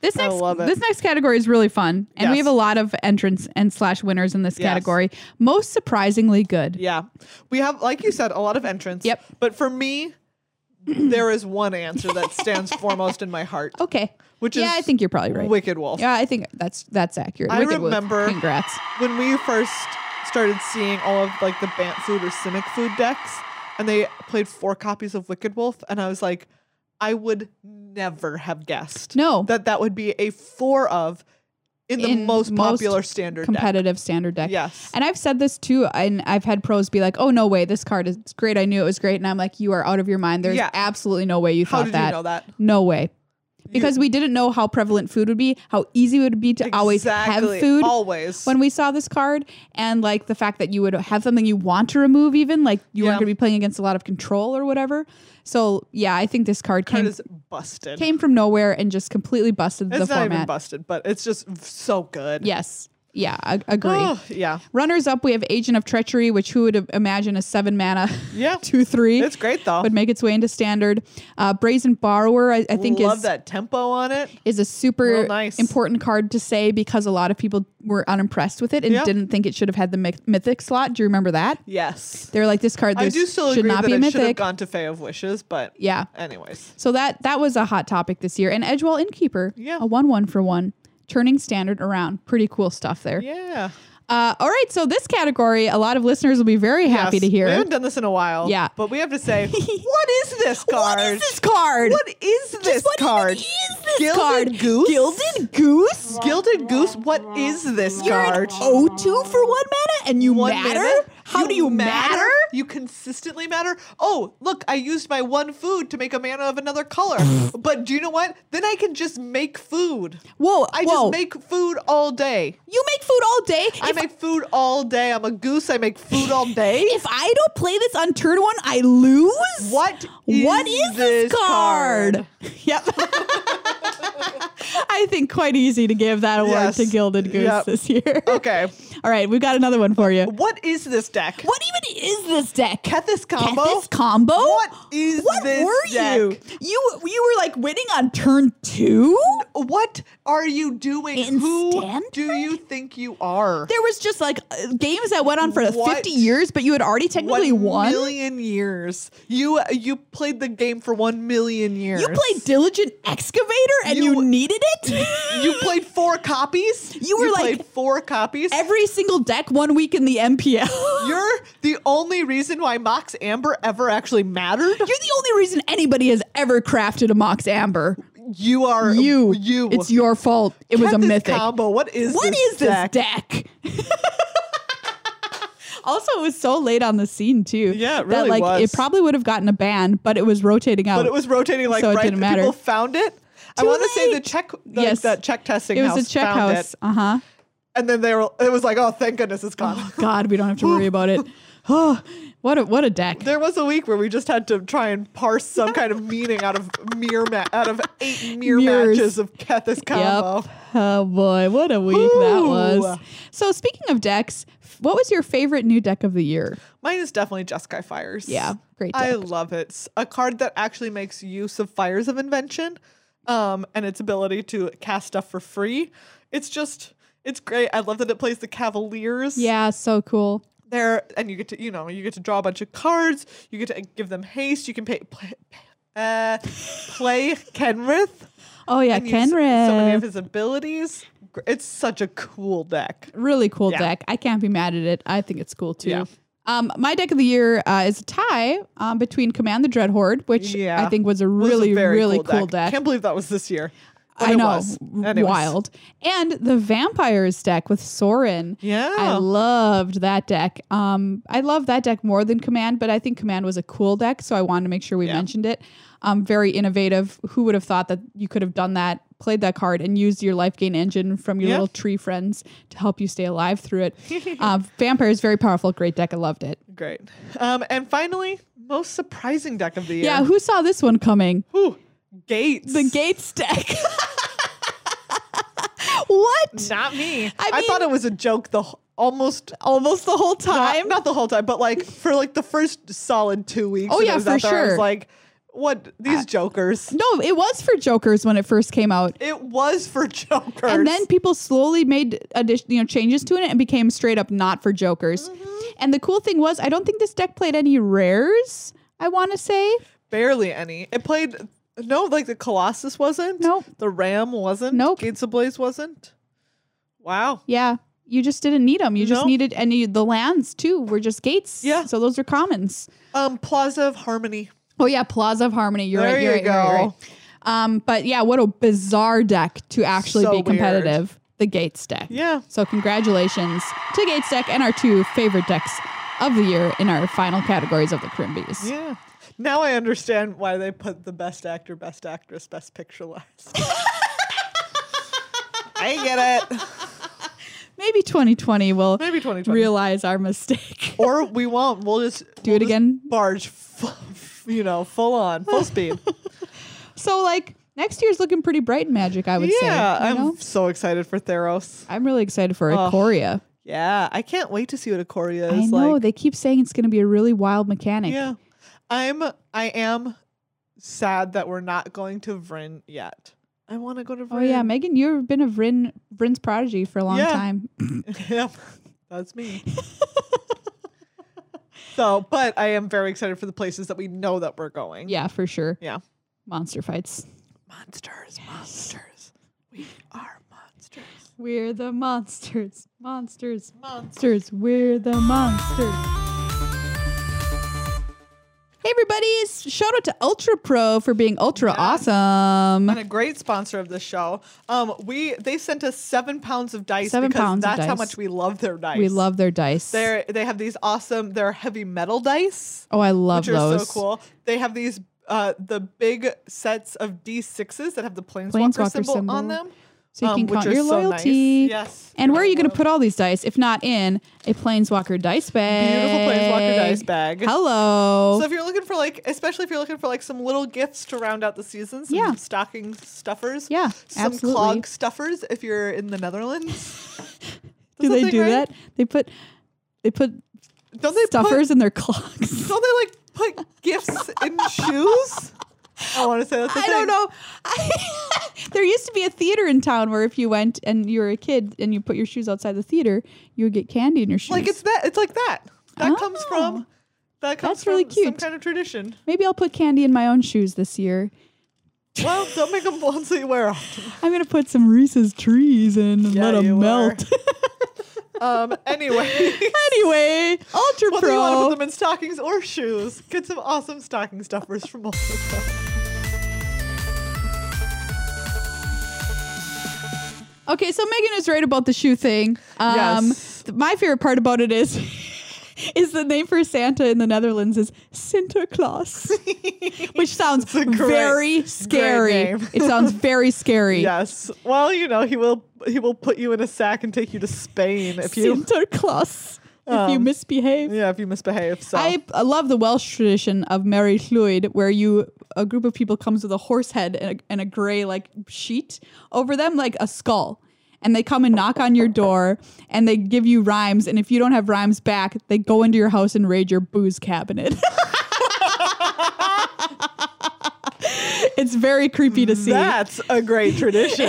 S1: This
S2: I
S1: next
S2: love it.
S1: this next category is really fun, and we
S2: Yes.
S1: have a lot of entrants and slash winners in this
S2: Yes.
S1: category. Most surprisingly good.
S2: Yeah. We have, like you said, a lot of entrants.
S1: Yep.
S2: But for me, there is one answer that stands foremost in my heart,
S1: Okay.
S2: which is
S1: yeah, I think you're probably right.
S2: Wicked Wolf.
S1: Yeah, I think that's that's accurate.
S2: I
S1: Wicked Wolf.
S2: remember-
S1: Congrats.
S2: when we first started seeing all of like the Bant food or Simic food decks, and they played four copies of Wicked Wolf, and I was like, I would never have guessed
S1: No.
S2: that that would be a four of in the
S1: In
S2: most,
S1: most
S2: popular standard deck.
S1: Competitive standard deck.
S2: Yes,
S1: And I've said this too, and I've had pros be like, "Oh no way, this card is great. I knew it was great." And I'm like, "You are out of your mind. There's
S2: Yeah.
S1: absolutely no way you
S2: how
S1: thought
S2: did
S1: that.
S2: you know that?
S1: No way." Because we didn't know how prevalent food would be, how easy it would be to always have
S2: Exactly.
S1: food.
S2: Always.
S1: when we saw this card and like the fact that you would have something you want to remove even like you
S2: Yeah.
S1: weren't going to be playing against a lot of control or whatever so yeah i think this card
S2: card
S1: came
S2: is busted.
S1: came from nowhere and just completely busted
S2: it's
S1: the
S2: not even
S1: format
S2: busted, but it's just v- so good.
S1: yes yeah I agree
S2: Oh, yeah,
S1: runners up we have agent of treachery which who would imagine a seven mana
S2: yeah.
S1: two three
S2: It's great though.
S1: would make its way into standard uh, brazen borrower i, I think
S2: love
S1: is
S2: that tempo on it.
S1: is a super
S2: Real nice.
S1: important card to say because a lot of people were unimpressed with it and
S2: Yeah.
S1: didn't think it should have had the myth- mythic slot. Do you remember that?
S2: Yes,
S1: They're like this card.
S2: I
S1: This
S2: do still
S1: should
S2: agree
S1: not
S2: that
S1: be
S2: it should have
S1: mythic.
S2: gone to Fae of Wishes, but
S1: yeah.
S2: anyways,
S1: So that that was a hot topic this year. And Edgewell Innkeeper,
S2: Yeah.
S1: a one one for one, turning standard around. Pretty cool stuff there.
S2: yeah.
S1: Uh, all right, so this category, a lot of listeners will be very happy
S2: Yes,
S1: to hear.
S2: We haven't done this in a while.
S1: Yeah.
S2: But we have to say, what is this card?
S1: What is this card?
S2: What is this
S1: what even
S2: card?
S1: is this
S2: Gilded
S1: card?
S2: Goose?
S1: Gilded Goose?
S2: Gilded Goose, what is this
S1: You're an
S2: card?
S1: O2 for one mana and you
S2: One
S1: matter?
S2: minute?
S1: How do you matter?
S2: You consistently matter. Oh, look, I used my one food to make a mana of another color. but do you know what? Then I can just make food.
S1: Whoa,
S2: I
S1: whoa.
S2: just make food all day.
S1: you make food all day.
S2: I
S1: if,
S2: make food all day. I'm a goose. I make food all day.
S1: if I don't play this on turn one, I lose?
S2: What is,
S1: what is this card? Yep. I think quite easy to give that award
S2: Yes.
S1: to Gilded Goose
S2: Yep.
S1: this year.
S2: Okay.
S1: All right, we've got another one for you.
S2: What is this deck?
S1: What even is this deck?
S2: Kethis combo?
S1: This combo?
S2: What is
S1: What
S2: this
S1: were
S2: deck?
S1: you? You you were like winning on turn two.
S2: What are you doing?
S1: In
S2: Who
S1: Stanford?
S2: do you think you are?
S1: There was just like uh, games that went on for
S2: What?
S1: 50 years, but you had already technically won.
S2: million years. You you played the game for one million years.
S1: You played Diligent Excavator and you,
S2: You-
S1: needed it.
S2: You played four copies.
S1: You were like-
S2: played four copies.
S1: every single deck one week in the MPL.
S2: You're the only reason why Mox Amber ever actually mattered.
S1: You're the only reason anybody has ever crafted a Mox Amber.
S2: You are
S1: You.
S2: You.
S1: It's your fault. It was a
S2: Kethis
S1: mythic.
S2: combo. What is
S1: What
S2: this
S1: is this deck? also, it was so late on the scene too.
S2: Yeah, it
S1: that,
S2: really
S1: like
S2: was.
S1: it probably would have gotten a ban, but it was rotating out.
S2: but it was rotating like
S1: So it
S2: right.
S1: didn't
S2: that People
S1: matter.
S2: found it. I
S1: Too
S2: want to say the
S1: late.
S2: check, the,
S1: Yes.
S2: the check testing.
S1: It was
S2: house
S1: a check
S2: found
S1: house.
S2: It.
S1: Uh huh.
S2: and then they were. It was like, oh, thank goodness it's gone.
S1: Oh, God, we don't have to worry about it. Oh, what a what a deck.
S2: There was a week where we just had to try and parse some kind of meaning out of mere ma- out of eight mere
S1: Mirrors.
S2: matches of Kethis combo.
S1: Yep. Oh boy, what a week that was.
S2: Woo.
S1: So speaking of decks, f- what was your favorite new deck of the year?
S2: Mine is definitely Jeskai Fires.
S1: Yeah, great
S2: I
S1: deck.
S2: love it. It's a card that actually makes use of Fires of Invention um, and its ability to cast stuff for free. It's just, it's great. I love that it plays the Cavaliers.
S1: Yeah, so cool.
S2: There, and you get to, you know, you get to draw a bunch of cards. You get to give them haste. You can pay, play, uh, play Kenrith.
S1: Oh yeah,
S2: and use So many
S1: Kenrith.
S2: of his abilities. Gr- It's such a cool deck.
S1: really cool
S2: Yeah.
S1: deck. I can't be mad at it. I think it's cool too.
S2: Yeah.
S1: Um, my deck of the year uh, is a tie um, between Command the Dread Horde, which
S2: Yeah.
S1: I think was a
S2: It was a
S1: really,
S2: very
S1: really cool, deck.
S2: Can't believe that was this year. But
S1: I
S2: it
S1: know,
S2: was. Anyways.
S1: wild. And the Vampires deck with Soren.
S2: Yeah.
S1: I loved that deck. Um, I love that deck more than Command, but I think Command was a cool deck, so I wanted to make sure we
S2: Yeah.
S1: mentioned it. Um, very innovative. Who would have thought that you could have done that, played that card, and used your life gain engine from your
S2: Yeah.
S1: little tree friends to help you stay alive through it? uh, Vampire is very powerful. Great deck. I loved it.
S2: Great. Um, and finally, most surprising deck of the year.
S1: Yeah, who saw this one coming?
S2: Ooh, Gates.
S1: The Gates deck. what?
S2: Not me. I,
S1: I
S2: thought
S1: mean-
S2: it was a joke the wh- almost
S1: Almost the whole
S2: not,
S1: time.
S2: not the whole time, but like for like the first solid two weeks.
S1: Oh,
S2: that it
S1: yeah,
S2: was
S1: for
S2: out there, I was
S1: sure.
S2: like, what these jokers.
S1: No, it was for Jokers when it first came out.
S2: It was for jokers.
S1: And then people slowly made addition, you know, changes to it and became straight up not for Jokers.
S2: Mm-hmm.
S1: And the cool thing was, I don't think this deck played any rares. I want to say
S2: barely any. It played no, like the Colossus wasn't.
S1: Nope.
S2: The Ram wasn't.
S1: Nope.
S2: Gates Ablaze wasn't. Wow.
S1: Yeah, you just didn't need them. You just
S2: No.
S1: needed and you, the lands too were just gates.
S2: Yeah.
S1: so those are commons.
S2: Um, Plaza of Harmony.
S1: Oh yeah, Plaza of Harmony. You're
S2: There
S1: right. You're
S2: you
S1: right, you're right, you're
S2: go.
S1: right. Um, but yeah, what a bizarre deck to actually
S2: So
S1: be
S2: weird.
S1: competitive. The Gates deck.
S2: Yeah.
S1: So congratulations to Gates deck and our two favorite decks of the year in our final categories of the Crimbies.
S2: Yeah. Now I understand why they put the best actor, best actress, best picture last. I get it.
S1: Maybe 2020 will
S2: Maybe 2020.
S1: realize our mistake.
S2: Or we won't. We'll just
S1: Do
S2: we'll
S1: it
S2: just
S1: again?
S2: Barge, full, you know, full on, full speed.
S1: so like next year's looking pretty bright in Magic, I would say.
S2: yeah,
S1: you
S2: I'm
S1: know?
S2: so excited for Theros.
S1: I'm really excited for
S2: Oh,
S1: Ikoria.
S2: Yeah, I can't wait to see what Ikoria
S1: I
S2: is
S1: know
S2: like.
S1: they keep saying it's going to be a really wild mechanic.
S2: Yeah. I'm I am sad that we're not going to Vryn yet. I want to go to Vryn.
S1: Oh yeah, Megan, you've been a Vryn Vryn's prodigy for a long
S2: Yeah.
S1: time.
S2: Yep. That's me. so, but I am very excited for the places that we know that we're going.
S1: Yeah, for sure.
S2: Yeah.
S1: Monster fights.
S2: Monsters, monsters. We are monsters.
S1: We're the monsters. Monsters.
S2: Monsters.
S1: monsters. We're the monsters. Hey everybody, s- shout out to Ultra Pro for being ultra
S2: And
S1: awesome.
S2: a great sponsor of this show. Um, we they sent us seven pounds of dice
S1: Seven
S2: because
S1: pounds of
S2: that's how
S1: dice.
S2: much we love their dice.
S1: We love their dice.
S2: They're, they have these awesome. They're heavy metal dice.
S1: oh, I love
S2: which are
S1: those.
S2: so cool. They have these uh, the big sets of D6s that have the planeswalker,
S1: Planeswalker
S2: symbol, on
S1: symbol.
S2: them.
S1: So you
S2: um,
S1: can
S2: which
S1: count
S2: are
S1: your
S2: so nice.
S1: loyalty.
S2: Yes. Um,
S1: And where are you going to put all these dice if not in a Planeswalker dice bag?
S2: Beautiful Planeswalker dice bag.
S1: Hello.
S2: So if you're looking for like, especially if you're looking for like some little gifts to round out the season, some
S1: Yeah.
S2: stocking stuffers,
S1: Yeah,
S2: some
S1: absolutely.
S2: clog stuffers if you're in the Netherlands.
S1: do
S2: That's a
S1: they
S2: thing,
S1: do
S2: right?
S1: that? They put they put
S2: Don't they
S1: stuffers in their clocks.
S2: Put, don't they like put gifts in shoes? I want to say that's a
S1: I
S2: thing.
S1: don't know. I, there used to be a theater in town where if you went and you were a kid and you put your shoes outside the theater, you would get candy in your shoes.
S2: Like it's that. It's like that. That comes from.
S1: Oh.
S2: That comes
S1: That's
S2: from
S1: really
S2: some
S1: cute.
S2: kind of tradition.
S1: Maybe I'll put candy in my own shoes this year.
S2: Well, don't make them bluntly wear them.
S1: I'm gonna put some Reese's trees in and
S2: Yeah,
S1: let
S2: you
S1: them
S2: are.
S1: melt.
S2: Um, anyway,
S1: anyway, Ultra
S2: whether you want to
S1: Pro.
S2: put them in stockings or shoes, get some awesome stocking stuffers from Ultra Pro.
S1: okay, so Megan is right about the shoe Um, thing. Um,
S2: Yes.
S1: th- my favorite part about it is is the name for Santa in the Netherlands is Sinterklaas, which sounds
S2: a great-
S1: very
S2: great
S1: scary.
S2: name.
S1: It sounds very scary.
S2: Yes. Well, you know, he will he will put you in a sack and take you to Spain if you
S1: Sinterklaas, if you
S2: Um,
S1: misbehave.
S2: Yeah, if you misbehave. So
S1: I, I love the Welsh tradition of Mary Llwyd, where you a group of people comes with a horse head and a, and a gray like sheet over them, like a skull, and they come and knock on your door and they give you rhymes, and if you don't have rhymes back, they go into your house and raid your booze cabinet. it's very creepy to see.
S2: that's a great tradition.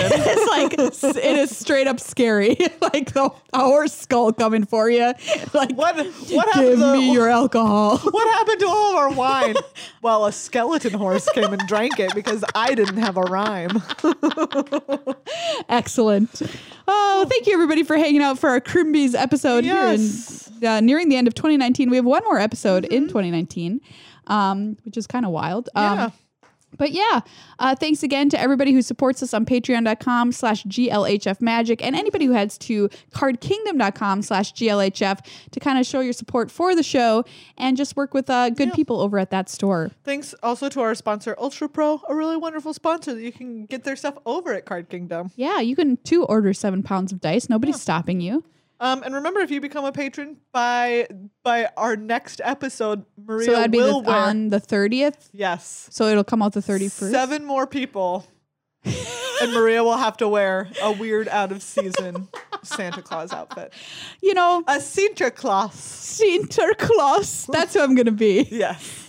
S1: It's like s- it is straight up scary, like the a horse skull coming for you. Like
S2: What what
S1: give
S2: happened to
S1: me your alcohol.
S2: what happened to all of our wine? well, a skeleton horse came and drank it because I didn't have a rhyme.
S1: Excellent. Oh, thank you everybody for hanging out for our Crimbies episode
S2: Yes. Mm-hmm.
S1: here in uh, nearing the end of 2019. We have one more episode in 2019, um, which is kind of wild. Um,
S2: Yeah.
S1: But yeah, uh, thanks again to everybody who supports us on patreon.com slash glhfmagic and anybody who heads to cardkingdom.com slash glhf to kind of show your support for the show and just work with uh, good people over at that store.
S2: Thanks also to our sponsor Ultra Pro, a really wonderful sponsor that you can get their stuff over at Card Kingdom.
S1: Yeah, you can too order seven pounds of dice. Nobody's stopping you.
S2: Um, and remember, if you become a patron by by our next episode, Maria
S1: so that'd be the,
S2: will wear
S1: on the 30th.
S2: yes
S1: So it'll come out the 31st.
S2: seven more people, and Maria will have to wear a weird out of season Santa Claus outfit,
S1: You know,
S2: a Santa Claus.
S1: Sinterklaas. That's who I'm going to be.
S2: Yes.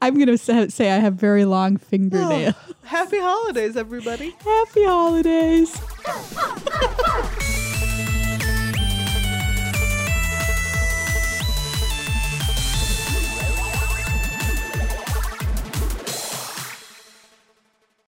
S1: I'm going to say, say I have very long fingernails.
S2: Oh, Happy holidays, everybody.
S1: Happy holidays.
S3: Thank you.